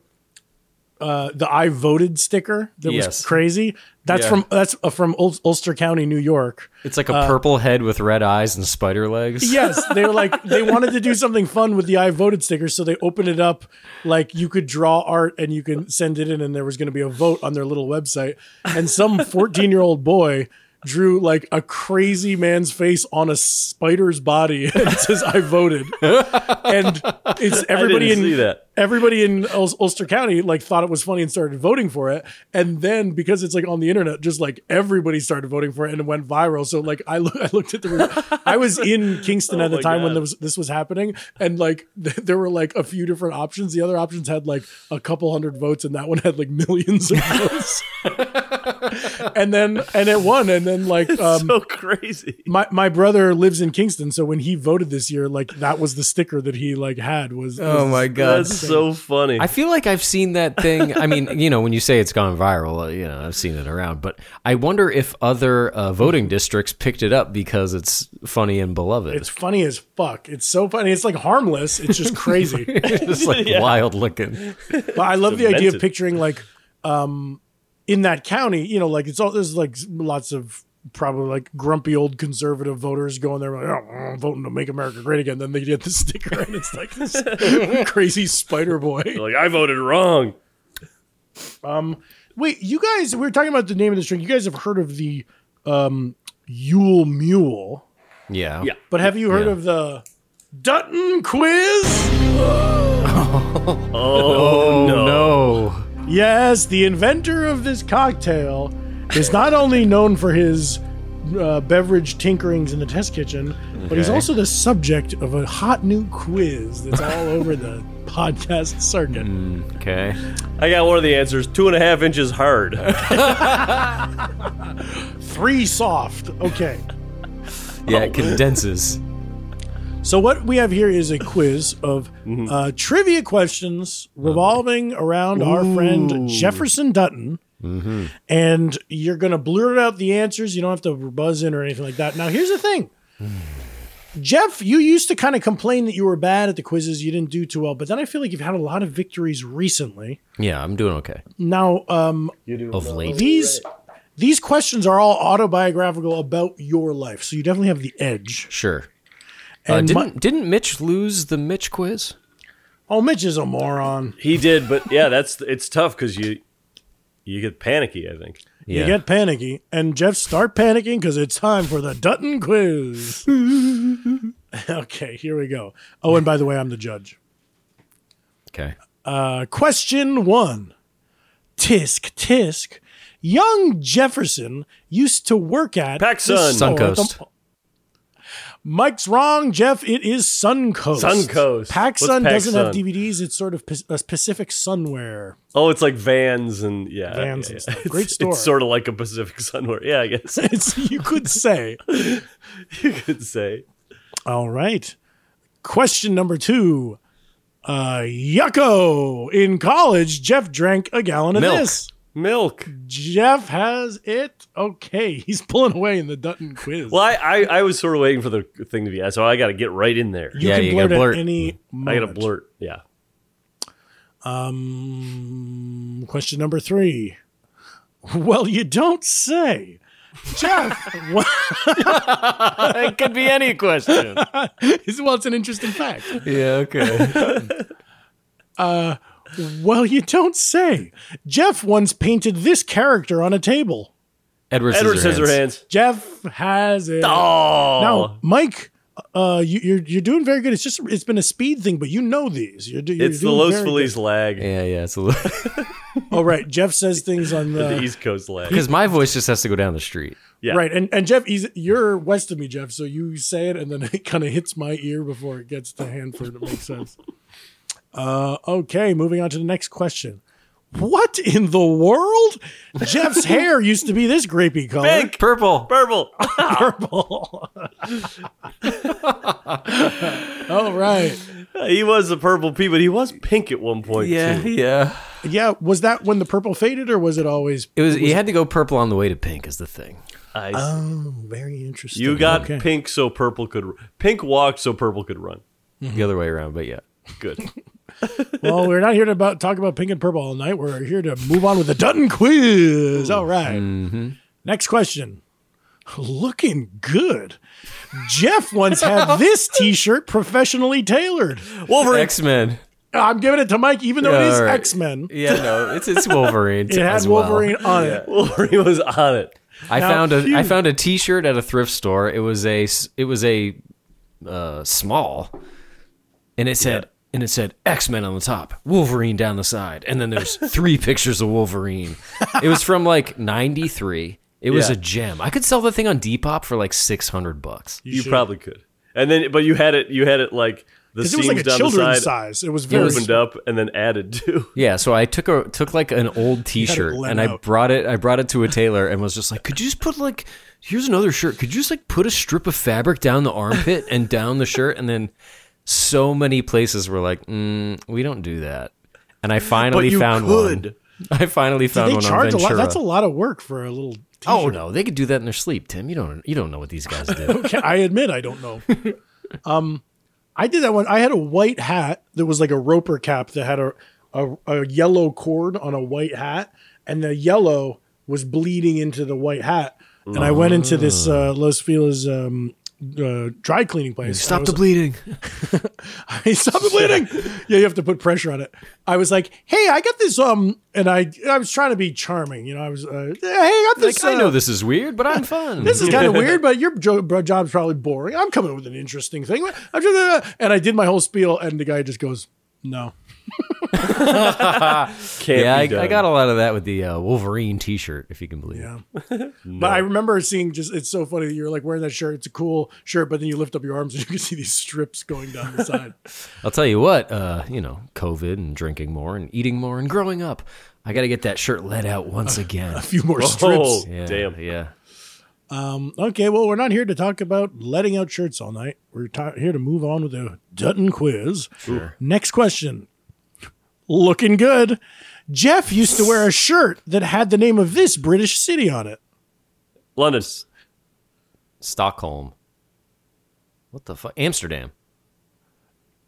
S3: uh, the I voted sticker that
S1: Yes.
S3: was crazy? That's
S2: Yeah.
S3: from that's uh, from Ul- Ulster County, New York.
S1: It's like a
S2: Uh,
S1: purple head with red eyes and spider legs.
S3: Yes, they were like they wanted to do something fun with the I voted sticker, so they opened it up like you could draw art and you could send it in, and there was going to be a vote on their little website. And some fourteen year old boy drew like a crazy man's face on a spider's body and it says I voted, and it's everybody
S2: I didn't
S3: in
S2: see that.
S3: everybody in Ul- Ulster County like thought it was funny and started voting for it. And then because it's like on the internet, just like everybody started voting for it and it went viral. So like I, look, I looked at the, I was in Kingston at the
S2: Oh my
S3: time when
S2: God.
S3: there was, this was happening, and like th- there were like a few different options. The other options had like a couple hundred votes, and that one had like millions of votes. and then and it won, and then like um,
S2: so crazy.
S3: my my brother lives in Kingston, so when he voted this year, like that was the sticker that he like had was.
S1: Oh
S3: was
S1: my god.
S2: That's so funny.
S1: I feel like I've seen that thing. I mean, you know, when you say it's gone viral, uh, you know, I've seen it around, but I wonder if other uh, voting districts picked it up because it's funny and beloved.
S3: It's funny as fuck. It's so funny. It's like harmless. It's just crazy.
S1: It's like wild looking.
S3: but I love the idea of
S2: Demented.
S3: picturing like um in that county, you know, like it's all there's like lots of probably like grumpy old conservative voters going there like oh, I'm voting to make America great again. Then they get the sticker and it's like this crazy spider boy.
S2: like I voted wrong.
S3: Wait, you guys we were talking about the name of this drink. You guys have heard of the um Yule Mule,
S1: Yeah.
S2: Yeah.
S3: but have you heard
S1: Yeah.
S3: of the Dutton quiz?
S2: Oh, no.
S1: No.
S3: Yes, the inventor of this cocktail is not only known for his uh, beverage tinkerings in the test kitchen, but he's
S1: Okay.
S3: also the subject of a hot new quiz that's all over the podcast circuit.
S1: Okay.
S2: I got one of the answers. Two and a half inches hard.
S3: Three soft. Okay.
S1: Yeah, it condenses.
S3: So, what we have here is a quiz of uh, trivia questions revolving around our friend Jefferson Dutton. And you're going to blurt out the answers. You don't have to buzz in or anything like that. Now, here's the thing Jeff, you used to kind of complain that you were bad at the quizzes, you didn't do too well. But then I feel like you've had a lot of victories recently.
S1: Yeah, I'm doing okay.
S3: Now, um,
S1: Of late.
S3: these. These questions are all autobiographical about your life, so you definitely have the edge.
S1: Sure. Uh,
S3: And
S1: didn't
S3: my-
S1: didn't Mitch lose the Mitch quiz?
S3: Oh, Mitch is a moron.
S2: he did, but yeah, that's it's tough because you you get panicky. I think.
S1: Yeah.
S3: You get panicky, and Jeff start panicking because it's time for the Dutton quiz. okay, here we go. Oh, and by the way, I'm the judge.
S1: okay.
S3: Uh, question one Tisk, tisk. Young Jefferson used to work at
S2: PacSun.
S3: the store-
S1: Suncoast.
S3: Mike's wrong, Jeff. It is Suncoast.
S2: Suncoast. What's
S3: PacSun doesn't
S2: PacSun?
S3: have DVDs. It's sort of pa- a Pacific Sunware.
S2: Oh, it's like Vans and yeah,
S3: Vans
S2: yeah,
S3: and
S2: yeah.
S3: stuff. Great
S2: It's-
S3: store.
S2: It's sort of like a Pacific Sunwear. Yeah, I guess
S3: It's you could say.
S2: you could say.
S3: All right. Question number two. Uh, yucko. In college, Jeff drank a gallon of
S1: Milk.
S3: this.
S2: Milk.
S3: Jeff has it. Okay. He's pulling away in the Dutton quiz.
S2: Well, I, I, I was sort of waiting for the thing to be asked, so I got to get right in there.
S3: you
S1: Yeah,
S3: can
S1: you
S3: blurt
S1: gotta blurt.
S3: at any
S2: I
S3: moment.
S2: got to blurt. Yeah.
S3: Um, question number three. Well, you don't say. Jeff, what,
S1: It could be any question.
S3: well, it's an interesting fact. Uh,
S1: yeah, okay.
S3: Well, you don't say. Jeff once painted this character on a table.
S1: Edward,
S2: Edward
S1: Scissorhands.
S2: Scissorhands.
S3: Jeff has it.
S2: Oh.
S3: Now, Mike, uh, you, you're you're doing very good. It's just it's been a speed thing, but you know these. You're, do- you're
S2: It's the
S3: doing
S2: Los
S3: very
S2: Feliz lag,
S1: Yeah, yeah, it's a little
S3: good. Oh, right. Jeff says things on
S2: the
S3: the
S2: East Coast lag.
S1: because my voice just has to go down the street.
S2: Yeah.
S3: right, and and Jeff, he's, you're west of me, Jeff. So you say it, and then it kind of hits my ear before it gets to Hanford. It makes sense. Uh, okay, moving on to the next question. What in the world? Jeff's hair used to be this grapey color.
S1: Purple.
S2: Purple.
S3: Purple. All Oh, right.
S2: he was a purple pea, but he was pink at one point,
S1: Yeah,
S2: too.
S1: yeah.
S3: Yeah, was that when the purple faded, or was it always?
S1: It was. You had to go purple on the way to pink, is the thing.
S2: I
S3: Oh, very interesting.
S2: You got
S3: Okay.
S2: pink so purple could pink walked so purple could run.
S3: Mm-hmm.
S1: The other way around, but yeah.
S2: Good.
S3: well, we're not here to about, talk about pink and purple all night. We're here to move on with the Dutton quiz. All right.
S1: Mm-hmm.
S3: Next question. Looking good. Jeff once had this T-shirt professionally tailored.
S1: Wolverine. X Men.
S3: I'm giving it to Mike, even though it
S1: Yeah,
S3: is
S1: all right.
S3: X Men.
S1: Yeah, no, it's it's Wolverine.
S3: It had
S1: as well.
S3: Wolverine on it.
S2: Wolverine was on it.
S1: I found a I
S3: phew.
S1: found a T-shirt at a thrift store. It was a s- it was a uh, small, and it said and it said X Men on the top, Wolverine down the side, and then there's three pictures of Wolverine. It was from like '93. It was
S2: Yeah.
S1: a gem. I could sell the thing on Depop for like six hundred bucks.
S2: You, probably could. And then but you had it you had it like the
S3: 'Cause
S2: seams
S3: it was like a
S2: down
S3: children's
S2: the side
S3: size. It was very.
S2: opened up and then added to.
S1: Yeah, so I took a took like an old T-shirt
S3: blend
S1: and I
S3: out.
S1: brought it. I brought it to a tailor and was just like, "Could you just put like here's another shirt? Could you just like put a strip of fabric down the armpit and down the shirt?" And then so many places were like, mm, "We don't do that." And I finally
S2: you
S1: found
S2: could.
S1: one. I finally found
S3: They
S1: one
S3: charge
S1: on
S3: a lot.
S1: Ventura.
S3: That's a lot of work for a little. T-shirt.
S1: oh no, they could do that in their sleep, Tim. You don't you don't know what these guys did.
S3: Okay, I admit I don't know. um, I did that one. I had a white hat that was like a roper cap that had a, a a yellow cord on a white hat, and the yellow was bleeding into the white hat. And I went into this
S1: Ah.
S3: uh, Los Feliz um, uh, dry cleaning place. and I
S1: Stop
S3: was
S1: the bleeding.
S3: Hey, stop the bleeding. yeah, you have to put pressure on it. I was like, hey, I got this. Um, and I, I was trying to be charming. You know, I was, uh, hey, I got
S1: Like
S3: this.
S1: I
S3: uh,
S1: know this is weird, but I'm fun.
S3: this is kind of weird, but your jo- bro- job's probably boring. I'm coming up with an interesting thing. I'm just- uh, And I did my whole spiel, and the guy just goes, no.
S2: Can't
S1: yeah, I,
S2: be done.
S1: I got a lot of that with the uh, Wolverine T-shirt, if you can believe. it.
S3: But I remember seeing just, it's so funny that you're like wearing that shirt. It's a cool shirt, but then you lift up your arms and you can see these strips going down the side.
S1: I'll tell you what, uh, you know, COVID and drinking more and eating more and growing up, I got to get that shirt let out once again.
S3: A few more
S2: Oh,
S3: strips.
S1: Yeah,
S2: damn.
S1: Yeah.
S3: Okay, well, we're not here to talk about letting out shirts all night. We're ta- here to move on with the Dutton quiz. Next question. Looking good. Jeff used to wear a shirt that had the name of this British city on it.
S2: London.
S1: Stockholm. What the fuck? Amsterdam.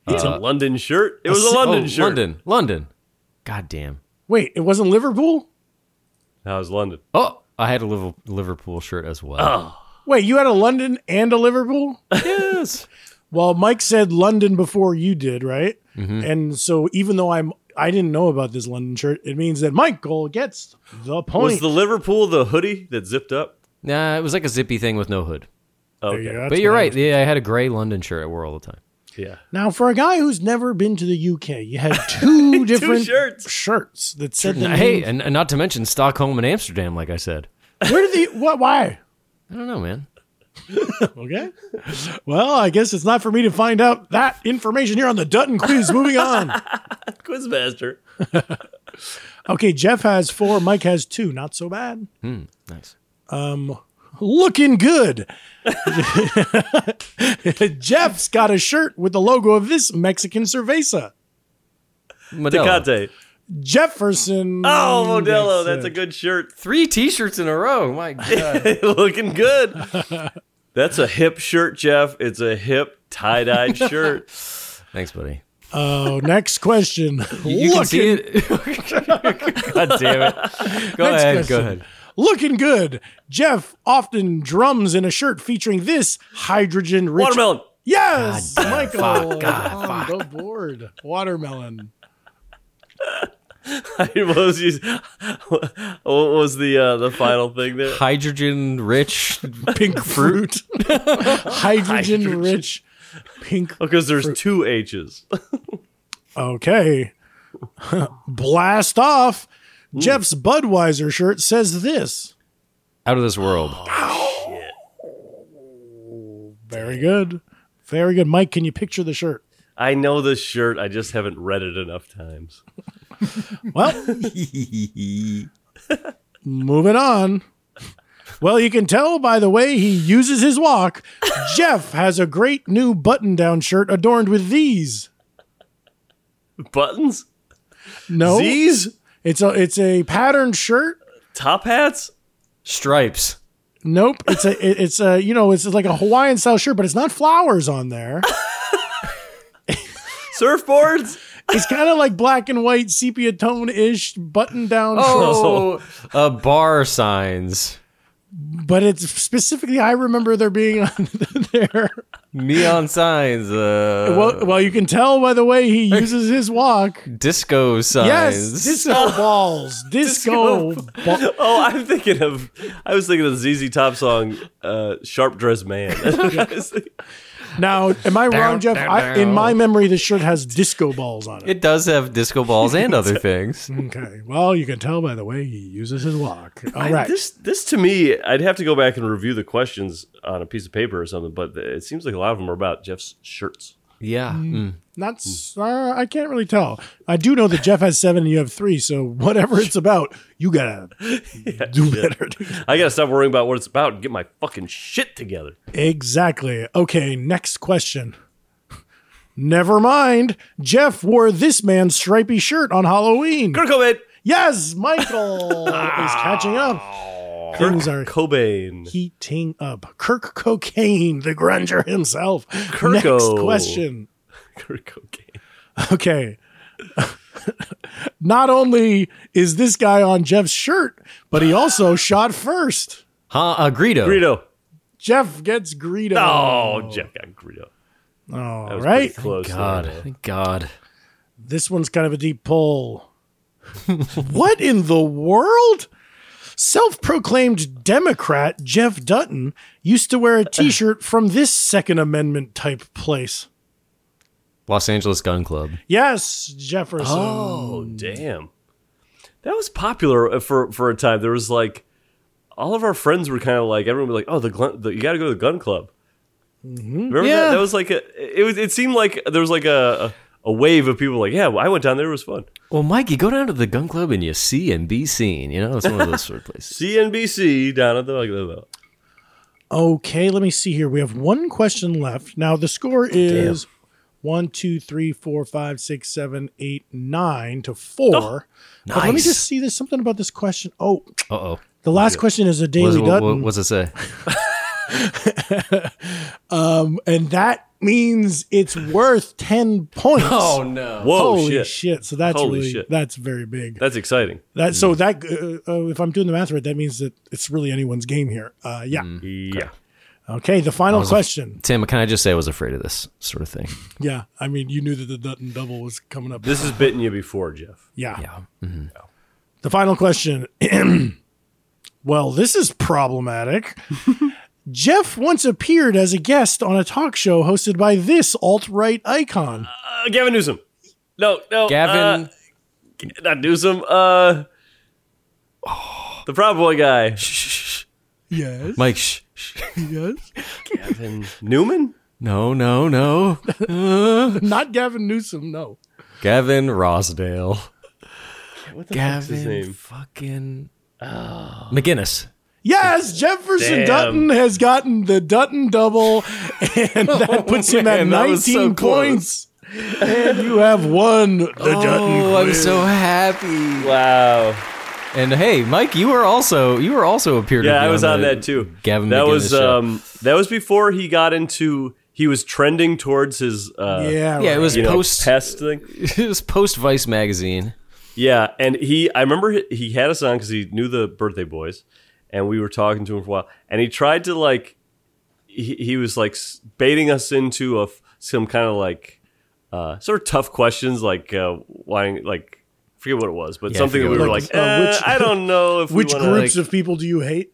S2: It's a London shirt. It was Uh, a
S1: si-
S2: London
S1: oh,
S2: shirt.
S1: London. London. God damn.
S3: Wait, it wasn't Liverpool?
S2: That was London.
S1: Oh, I had a Liv- Liverpool shirt as well.
S3: Wait, you had a London and a Liverpool?
S2: Oh.
S1: Yes.
S3: Well, Mike said London before you did, right? And so even though I'm I didn't know about this London shirt, it means that Michael gets the point.
S2: Was the Liverpool the hoodie that zipped up?
S1: Nah, it was like a zippy thing with no hood.
S3: There you go, that's
S1: but you're
S3: what I
S1: right. Yeah, I had a gray London shirt I wore all the time.
S2: Yeah.
S3: Now, for a guy who's never been to the UK, you had two different
S2: shirts.
S3: shirts that said the
S1: hey,
S3: name-
S1: and, and not to mention Stockholm and Amsterdam, like I said.
S3: Where did the what? Why?
S1: I don't know, man.
S3: Okay. Well, I guess it's not for me to find out that information here on the Dutton quiz. Moving on.
S2: Quizmaster.
S3: Okay, Jeff has four. Mike has two. Not so bad.
S1: Nice.
S3: Looking good. Jeff's got a shirt with the logo of this Mexican cerveza.
S1: Modelo.
S2: Tecate.
S3: Jefferson.
S2: Oh, Modelo. That's a good shirt.
S1: Three T-shirts in a row. My God.
S2: Looking good. That's a hip shirt, Jeff. It's a hip tie-dyed shirt.
S1: Thanks, buddy.
S3: Oh, next question.
S1: You can see it. God damn it. Go
S3: Next
S1: ahead. Go
S3: question.
S1: ahead.
S3: Looking good. Jeff often drums in a shirt featuring this hydrogen rich.
S2: Watermelon.
S3: Yes, Michael. on the board. Watermelon.
S2: what was, you- what was the uh, the final thing there?
S1: Hydrogen rich.
S3: Pink fruit. hydrogen rich. Pink.
S2: Because there's two H's.
S3: Okay. Blast off. Jeff's Budweiser shirt says this.
S1: Out of this world.
S3: Very good. Very good. Mike, can you picture the shirt?
S2: I know this shirt. I just haven't read it enough times.
S3: Well, moving on. Well, you can tell by the way he uses his walk. Jeff has a great new button down shirt adorned with these.
S2: Buttons?
S3: No.
S2: Z's?
S3: It's a it's a patterned shirt.
S2: Top hats?
S1: Stripes.
S3: Nope. It's a it- it's a you know it's like a Hawaiian style shirt, but it's not flowers on there.
S2: Surfboards?
S3: It's kind of like black and white sepia tone ish button down,
S1: Oh, uh, bar signs,
S3: but it's specifically I remember there being on there.
S1: neon signs, uh,
S3: Well, well, you can tell by the way he uses his walk.
S1: disco signs.
S3: Yes, disco balls, disco. ball-
S2: Oh, I'm thinking of. I was thinking of the ZZ Top song, uh, "Sharp Dressed Man." I was thinking-
S3: Now, am I wrong, Jeff? I, in my memory, this shirt has disco balls on it.
S1: It does have disco balls and other things.
S3: Okay. Well, you can tell by the way he uses his walk. All right.
S2: This, this to me, I'd have to go back and review the questions on a piece of paper or something. But it seems like a lot of them are about Jeff's shirts.
S1: Yeah. mm.
S3: Not. s- Uh, I can't really tell. I do know that Jeff has seven and you have three. So whatever it's about, you gotta do better.
S2: I gotta stop worrying about what it's about and get my fucking shit together.
S3: exactly. Okay. Next question. Never mind. Jeff wore this man's stripy shirt on Halloween.
S2: Kurt Cobain.
S3: Yes, Michael is catching up. Things are
S2: Cobain.
S3: heating up. Kirk Cocaine, the grunger himself.
S2: Kirko.
S3: Next question.
S2: Kurt Cobain.
S3: Okay. Not only is this guy on Jeff's shirt, but he also shot first.
S1: Huh, uh, Greedo.
S2: Greedo.
S3: Jeff gets Greedo.
S2: Oh, Jeff got Greedo.
S3: All
S2: That was
S3: right.
S2: pretty close.
S1: God,
S2: there.
S1: thank God.
S3: This one's kind of a deep pull. what in the world? Self proclaimed Democrat Jeff Dutton used to wear a t shirt from this Second Amendment type place.
S1: Los Angeles Gun Club.
S3: Yes, Jefferson.
S2: Oh, damn. That was popular uh, for for a time. There was like all of our friends were kind of like everyone was like, "Oh, the, gun, the you got to go to the gun club." Remember that?
S1: Yeah.
S2: That was like a it was it seemed like there was like a a wave of people like, "Yeah, well, I went down there. It was fun."
S1: Well, Mike, you go down to the gun club and you see and be seen. You know, it's one of those sort of places.
S2: CNBC down at the
S3: Okay, let me see here. We have one question left. Now the score is one, two, three, four, five, six, seven, eight, nine to four. But let me
S1: nice.
S3: just see. There's something about this question. Oh,
S1: Uh oh.
S3: the last question is a
S1: What,
S3: daily
S1: what,
S3: Dutton,
S1: what's it say?
S3: and that means it's worth ten points.
S1: no.
S2: Whoa,
S3: Holy
S2: Oh, shit.
S3: So that's
S2: Holy
S3: really
S2: shit.
S3: that's very big.
S2: That's exciting.
S3: That so that uh, uh, if I'm doing the math right, that means that it's really anyone's game here. Uh, yeah.
S2: Mm, Yeah.
S3: Okay. The final question.
S1: Tim, can I just say I was afraid of this sort of thing?
S3: yeah. I mean, you knew that the Dutton double was coming up.
S2: This has bitten you before, Jeff.
S3: yeah.
S1: Yeah.
S3: The final question. well, this is problematic. Jeff once appeared as a guest on a talk show hosted by this alt right icon.
S2: Uh, Gavin Newsom. No, no.
S1: Gavin,
S2: uh, not Newsom. Uh The Proud Boy guy.
S3: Yes.
S1: Mike, shh, shh.
S3: Yes.
S2: Gavin Newman?
S1: No, no, no.
S3: Not Gavin Newsom, no.
S1: Gavin Rosdale.
S2: What the fuck's his
S1: Gavin
S2: name? Oh.
S1: fucking McGinnis.
S3: Yes, Jefferson
S2: Damn.
S3: Dutton has gotten the Dutton double, and that puts him at
S1: man, that was
S3: 19
S1: so
S3: points. And you have won the Dutton.
S1: Oh, I'm so happy.
S2: Wow.
S1: And hey, Mike, you were also you were also appeared.
S2: Yeah,
S1: with me
S2: I was on
S1: the
S2: that too.
S1: Gavin
S2: that
S1: McGinnis
S2: was
S1: show.
S2: um that was before he got into he was trending towards his uh
S3: Yeah,
S1: Yeah,
S3: right.
S1: it was
S2: you know,
S1: post.
S2: pest thing.
S1: it was post Vice magazine.
S2: Yeah, and he I remember he- he had us on cuz he knew the birthday boys and we were talking to him for a while and he tried to like he, he was like s- baiting us into a f- some kind of like uh sort of tough questions like uh why like I forget what it was, but
S1: Yeah, I
S2: something that
S1: forget
S2: we
S1: what
S2: were
S1: it
S2: like,
S3: was. Uh,
S2: "Eh,
S3: which-
S2: I don't know if we
S3: Which
S2: wanna,
S3: groups
S2: like-"
S3: of people do you hate?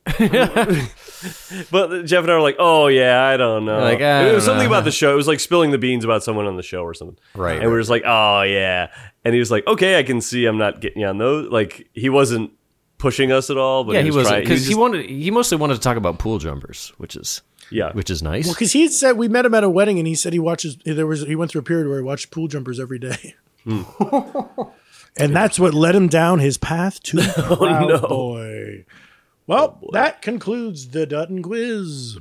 S2: But Jeff and I were like, oh yeah, I don't know.
S1: Like, I
S2: it was
S1: don't
S2: something
S1: know.
S2: about the show. It was like spilling the beans about someone on the show or something.
S1: Right,
S2: And
S1: right,
S2: we were just like, oh yeah. And he was like, okay, I can see I'm not getting you on those. Like he wasn't pushing us at all. But
S1: yeah, he was
S2: trying-
S1: because he
S2: just-
S1: wanted he mostly wanted to talk about pool jumpers, which is
S2: Yeah.
S1: which is nice.
S3: Well, because he had said we met him at a wedding, and he said he watches. There was he went through a period where he watched pool jumpers every day, and that's what led him down his path to Proud
S2: no.
S3: Boy. Well, that concludes the Dutton quiz.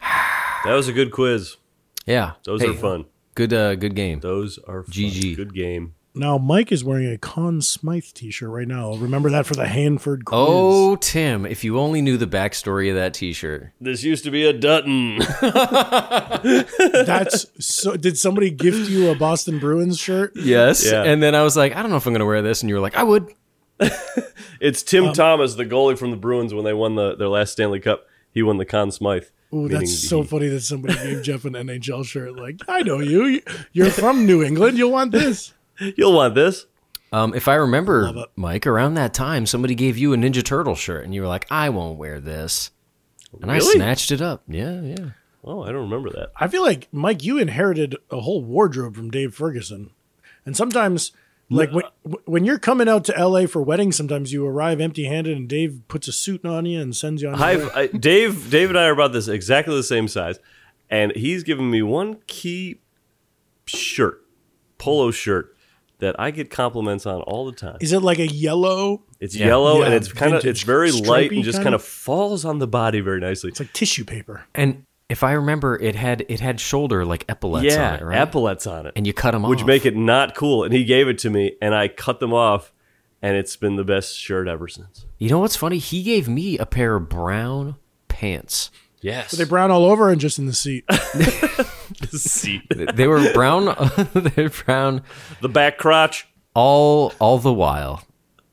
S2: that was a good quiz.
S1: yeah,
S2: Those
S1: Hey,
S2: are fun.
S1: Good, uh, good game.
S2: Those are fun.
S1: GG.
S2: Good game.
S3: Now, Mike is wearing a Con Smythe t shirt right now. Remember that for the Hanford quiz.
S1: Oh, Tim, if you only knew the backstory of that t shirt.
S2: This used to be a Dutton.
S3: That's so. Did somebody gift you a Boston Bruins shirt?
S1: Yes.
S2: Yeah.
S1: And then I was like, I don't know if I'm going to wear this. And you were like, I would.
S2: It's Tim
S3: Um,
S2: Thomas, the goalie from the Bruins when they won the, their last Stanley Cup. He won the Conn Smythe.
S3: Ooh,
S2: meaning
S3: that's so
S2: the-
S3: funny that somebody gave Jeff an NHL shirt. Like, I know you. You're from New England. You'll want this.
S2: You'll want this.
S1: Um, if I remember,
S3: it.
S1: Mike, around that time, somebody gave you a Ninja Turtle shirt. And you were like, I won't wear this. And I
S2: Really?
S1: snatched it up. Yeah, yeah.
S2: Oh, I don't remember that.
S3: I feel like Mike, you inherited a whole wardrobe from Dave Ferguson, and sometimes, like when when you're coming out to LA for weddings, sometimes you arrive empty-handed, and Dave puts a suit on you and sends you on. your way.
S2: I've, I, Dave, Dave, and I are about this exactly the same size, and he's given me one key shirt, polo shirt, that I get compliments on all the time.
S3: Is it like a yellow?
S2: It's yellow
S3: Yeah,
S2: and it's kind of
S3: vintage,
S2: it's very light
S3: stripey
S2: and just
S3: kind
S2: kind
S3: of?
S2: of falls on the body very nicely.
S3: It's like tissue paper.
S1: And if I remember, it had it had shoulder like epaulets
S2: yeah,
S1: on it, right?
S2: epaulets on it,
S1: and you cut them off.
S2: which make it not cool. And he gave it to me, and I cut them off, and it's been the best shirt ever since.
S1: You know what's funny? He gave me a pair of brown pants.
S2: Yes,
S3: They brown all over and just in the seat. Oh,
S2: see
S1: They were brown. they were brown
S2: the back crotch.
S1: all all the while,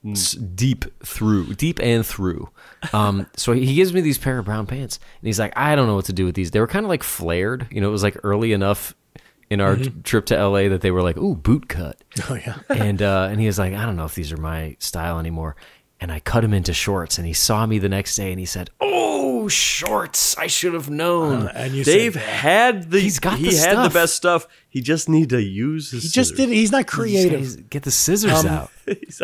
S1: S- deep through, deep and through. Um, so he gives me these pair of brown pants, and he's like, "I don't know what to do with these. They were kind of like flared. You know, it was like early enough in our t- trip to LA that they were like, ooh, boot cut."
S3: oh yeah.
S1: and uh, and he was like, I don't know if these are my style anymore. And I cut him into shorts, and he saw me the next day, and he said, "Oh, shorts! I should have known."
S3: And you
S2: Dave
S3: said,
S2: had the
S1: He's got
S2: he
S1: the
S2: had
S1: stuff.
S2: the best stuff. He just need to use his.
S3: he just did. He's not creative.
S1: Get the scissors out.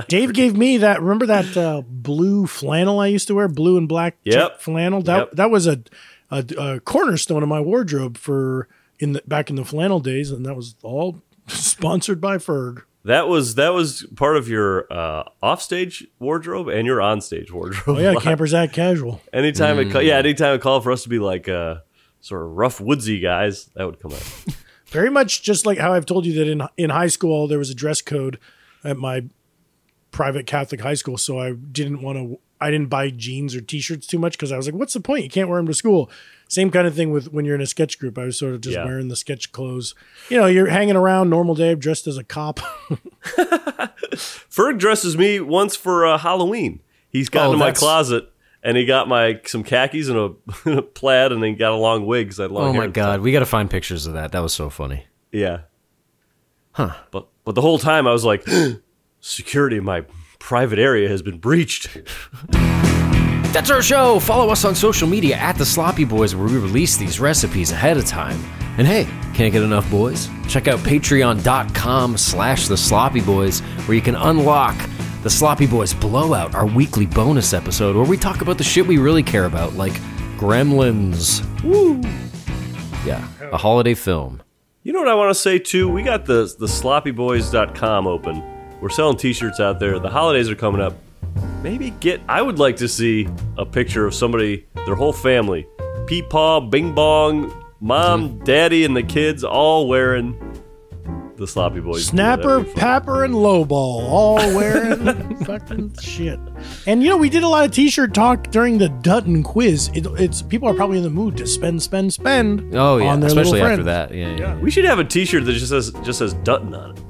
S3: Dave gave me that. Remember that uh, blue flannel I used to wear, blue and black
S2: Yep.
S3: check flannel. That
S2: Yep.
S3: that was a, a, a cornerstone of my wardrobe for in the back in the flannel days, and that was all sponsored by Ferg.
S2: That was that was part of your uh, offstage wardrobe and your onstage wardrobe.
S3: Oh yeah, campers act casual.
S2: Anytime
S1: Hmm.
S2: it ca- yeah, anytime it called for us to be like uh, sort of rough woodsy guys, that would come up.
S3: Very much just like how I've told you that in in high school there was a dress code at my private Catholic high school, so I didn't want to. I didn't buy jeans or T-shirts too much because I was like, "What's the point? You can't wear them to school." Same kind of thing with when you're in a sketch group. I was sort of just
S2: Yeah.
S3: wearing the sketch clothes. You know, you're hanging around normal day dressed as a cop.
S2: Ferg dresses me once for uh, Halloween. He's got
S1: Oh,
S2: into my
S1: that's-
S2: closet and he got my some khakis and a, and a plaid and then got a long wig 'cause I had long
S1: Oh
S2: hair
S1: my
S2: at the
S1: god,
S2: time.
S1: we got to find pictures of that. That was so funny.
S2: Yeah. Huh. But but the whole time I was like, security in my private area has been breached.
S1: That's our show. Follow us on social media at the Sloppy Boys, where we release these recipes ahead of time. And hey, can't get enough boys? Check out patreon.com slash the sloppy boys, where you can unlock the Sloppy Boys Blowout, our weekly bonus episode, where we talk about the shit we really care about, like Gremlins. Woo! Yeah, a holiday film.
S2: You know what I want to say too? We got the the sloppyboys.com open. We're selling t-shirts out there. The holidays are coming up. Maybe get I would like to see a picture of somebody, their whole family. Peepaw, Bing Bong, mom,
S1: Mm-hmm.
S2: daddy, and the kids all wearing the sloppy boys.
S3: Snapper, Papper, and Lowball all wearing fucking shit. And you know, we did a lot of T-shirt talk during the Dutton quiz. It, it's people are probably in the mood to spend, spend, spend.
S1: Oh, yeah,
S3: on their little
S1: especially after
S3: friends.
S1: that. Yeah, yeah. yeah.
S2: We should have a t-shirt that just says just says Dutton on it.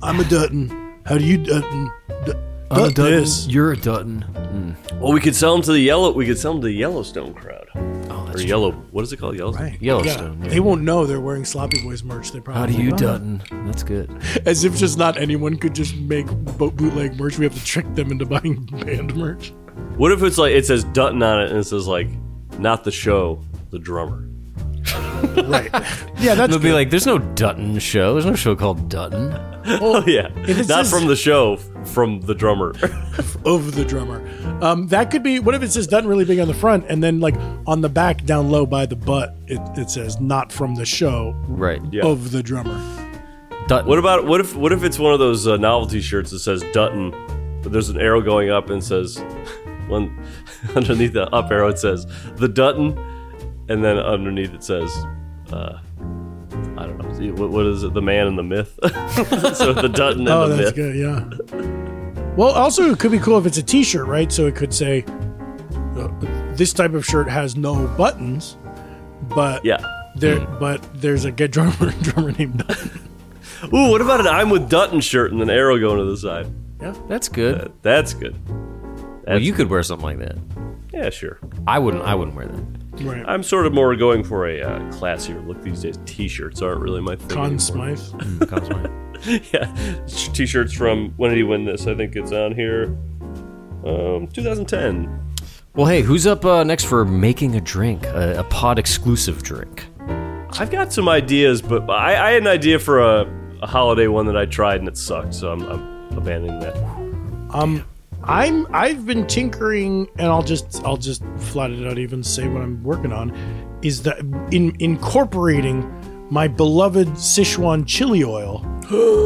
S3: I'm a Dutton. How do you Dutton? D- Dut this.
S1: You're a Dutton.
S2: Well, we could sell them to the yellow we could sell them to the Yellowstone crowd.
S1: Oh,
S2: Or
S1: that's true.
S2: yellow what is it called? Yellowstone?
S3: Right.
S1: Yellowstone, yeah.
S3: They won't know they're wearing Sloppy Boys merch. They probably
S1: How do you
S3: won't.
S1: Dutton? That's good.
S3: As if just not anyone could just make bo- bootleg merch. We have to trick them into buying band merch.
S2: What if it's like it says Dutton on it and it says like not the show, the drummer.
S3: Right. yeah, that's
S1: They'll be like, there's no Dutton show. There's no show called Dutton.
S2: Oh yeah,
S3: If it
S2: not
S3: says-
S2: from the show, from the drummer.
S3: of the drummer. Um, that could be. What if it says done really big on the front, and then like on the back, down low by the butt, it, it says not from the show
S1: Right.
S2: Yeah.
S3: of the drummer.
S1: Dutton.
S2: What about what if what if it's one of those uh, novelty shirts that says Dutton, but there's an arrow going up and says one underneath the up arrow it says the Dutton, and then underneath it says uh, I don't What, what is it? The man and the myth. so the Dutton and
S3: Oh,
S2: the myth.
S3: that's good. Yeah. Well, also it could be cool if it's a T-shirt, right? So it could say, uh, "This type of shirt has no buttons," but
S2: Yeah.
S3: there, but there's a good drummer drummer named. Dutton.
S2: Ooh, what about an I'm with Dutton shirt and an arrow going to the side?
S1: That's good.
S2: That's good.
S1: Well, you could wear something like that.
S2: Yeah, sure.
S1: I wouldn't. I wouldn't wear that.
S3: Right.
S2: I'm sort of more going for a uh, classier look these days. T-shirts aren't really my thing.
S3: Con
S2: anymore.
S3: Smythe.
S2: yeah, T-shirts from when did he win this? I think it's on here. Um, 2010.
S1: Well, hey, who's up uh, next for making a drink, a, a pod exclusive drink?
S2: I've got some ideas, but I, I had an idea for a, a holiday one that I tried and it sucked, so I'm, I'm abandoning that.
S3: I'm I've been tinkering and I'll just I'll just flat it out even say what I'm working on is that in incorporating my beloved Sichuan chili oil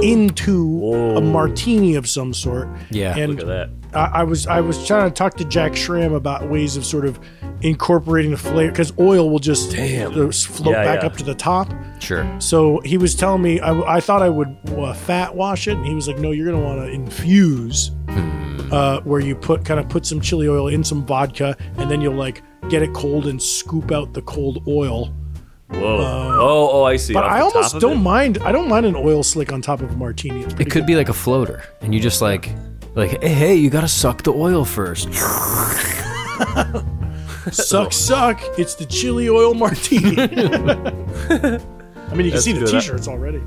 S3: into a martini of some sort.
S1: Yeah,
S3: and
S2: Look at that.
S3: I, I was I was trying to talk to Jack Schramm about ways of sort of incorporating the flavor because oil will just just float
S2: Yeah,
S3: back
S2: yeah.
S3: up to the top.
S1: Sure.
S3: So he was telling me I, I thought I would uh, fat wash it, and he was like, "No, you're gonna want to infuse,
S2: Hmm.
S3: uh, where you put kind of put some chili oil in some vodka, and then you'll like get it cold and scoop out the cold oil."
S2: Whoa. oh, oh, I see.
S3: Uh, But
S2: Off
S3: I
S2: the
S3: almost
S2: top of
S3: don't
S2: it?
S3: mind. I don't mind an oil slick on top of a martini. It's pretty
S1: It could be like a floater, and you just like, like, hey, hey, you gotta suck the oil first.
S3: suck, suck. It's the chili oil martini. I mean, you can
S2: That's
S3: see the
S2: good.
S3: t-shirts already.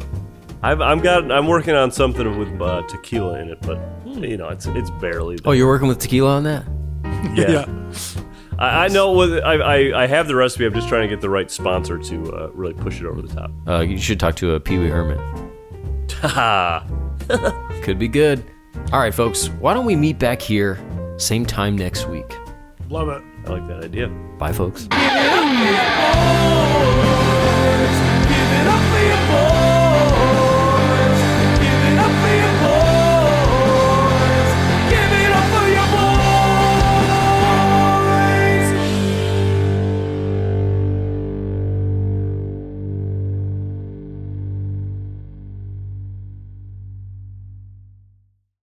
S2: I've, I'm got. I'm working on something with uh, tequila in it, but you know, it's it's barely.
S1: Oh, you're working with tequila on that?
S2: yeah. I, I know. With I, I I have the recipe. I'm just trying to get the right sponsor to uh, really push it over the top.
S1: Uh, you should talk to a Pee Wee Herman.
S2: Ha!
S1: Could be good. All right, folks, why don't we meet back here same time next week?
S3: love it.
S2: I like that idea.
S1: Bye, folks.
S4: All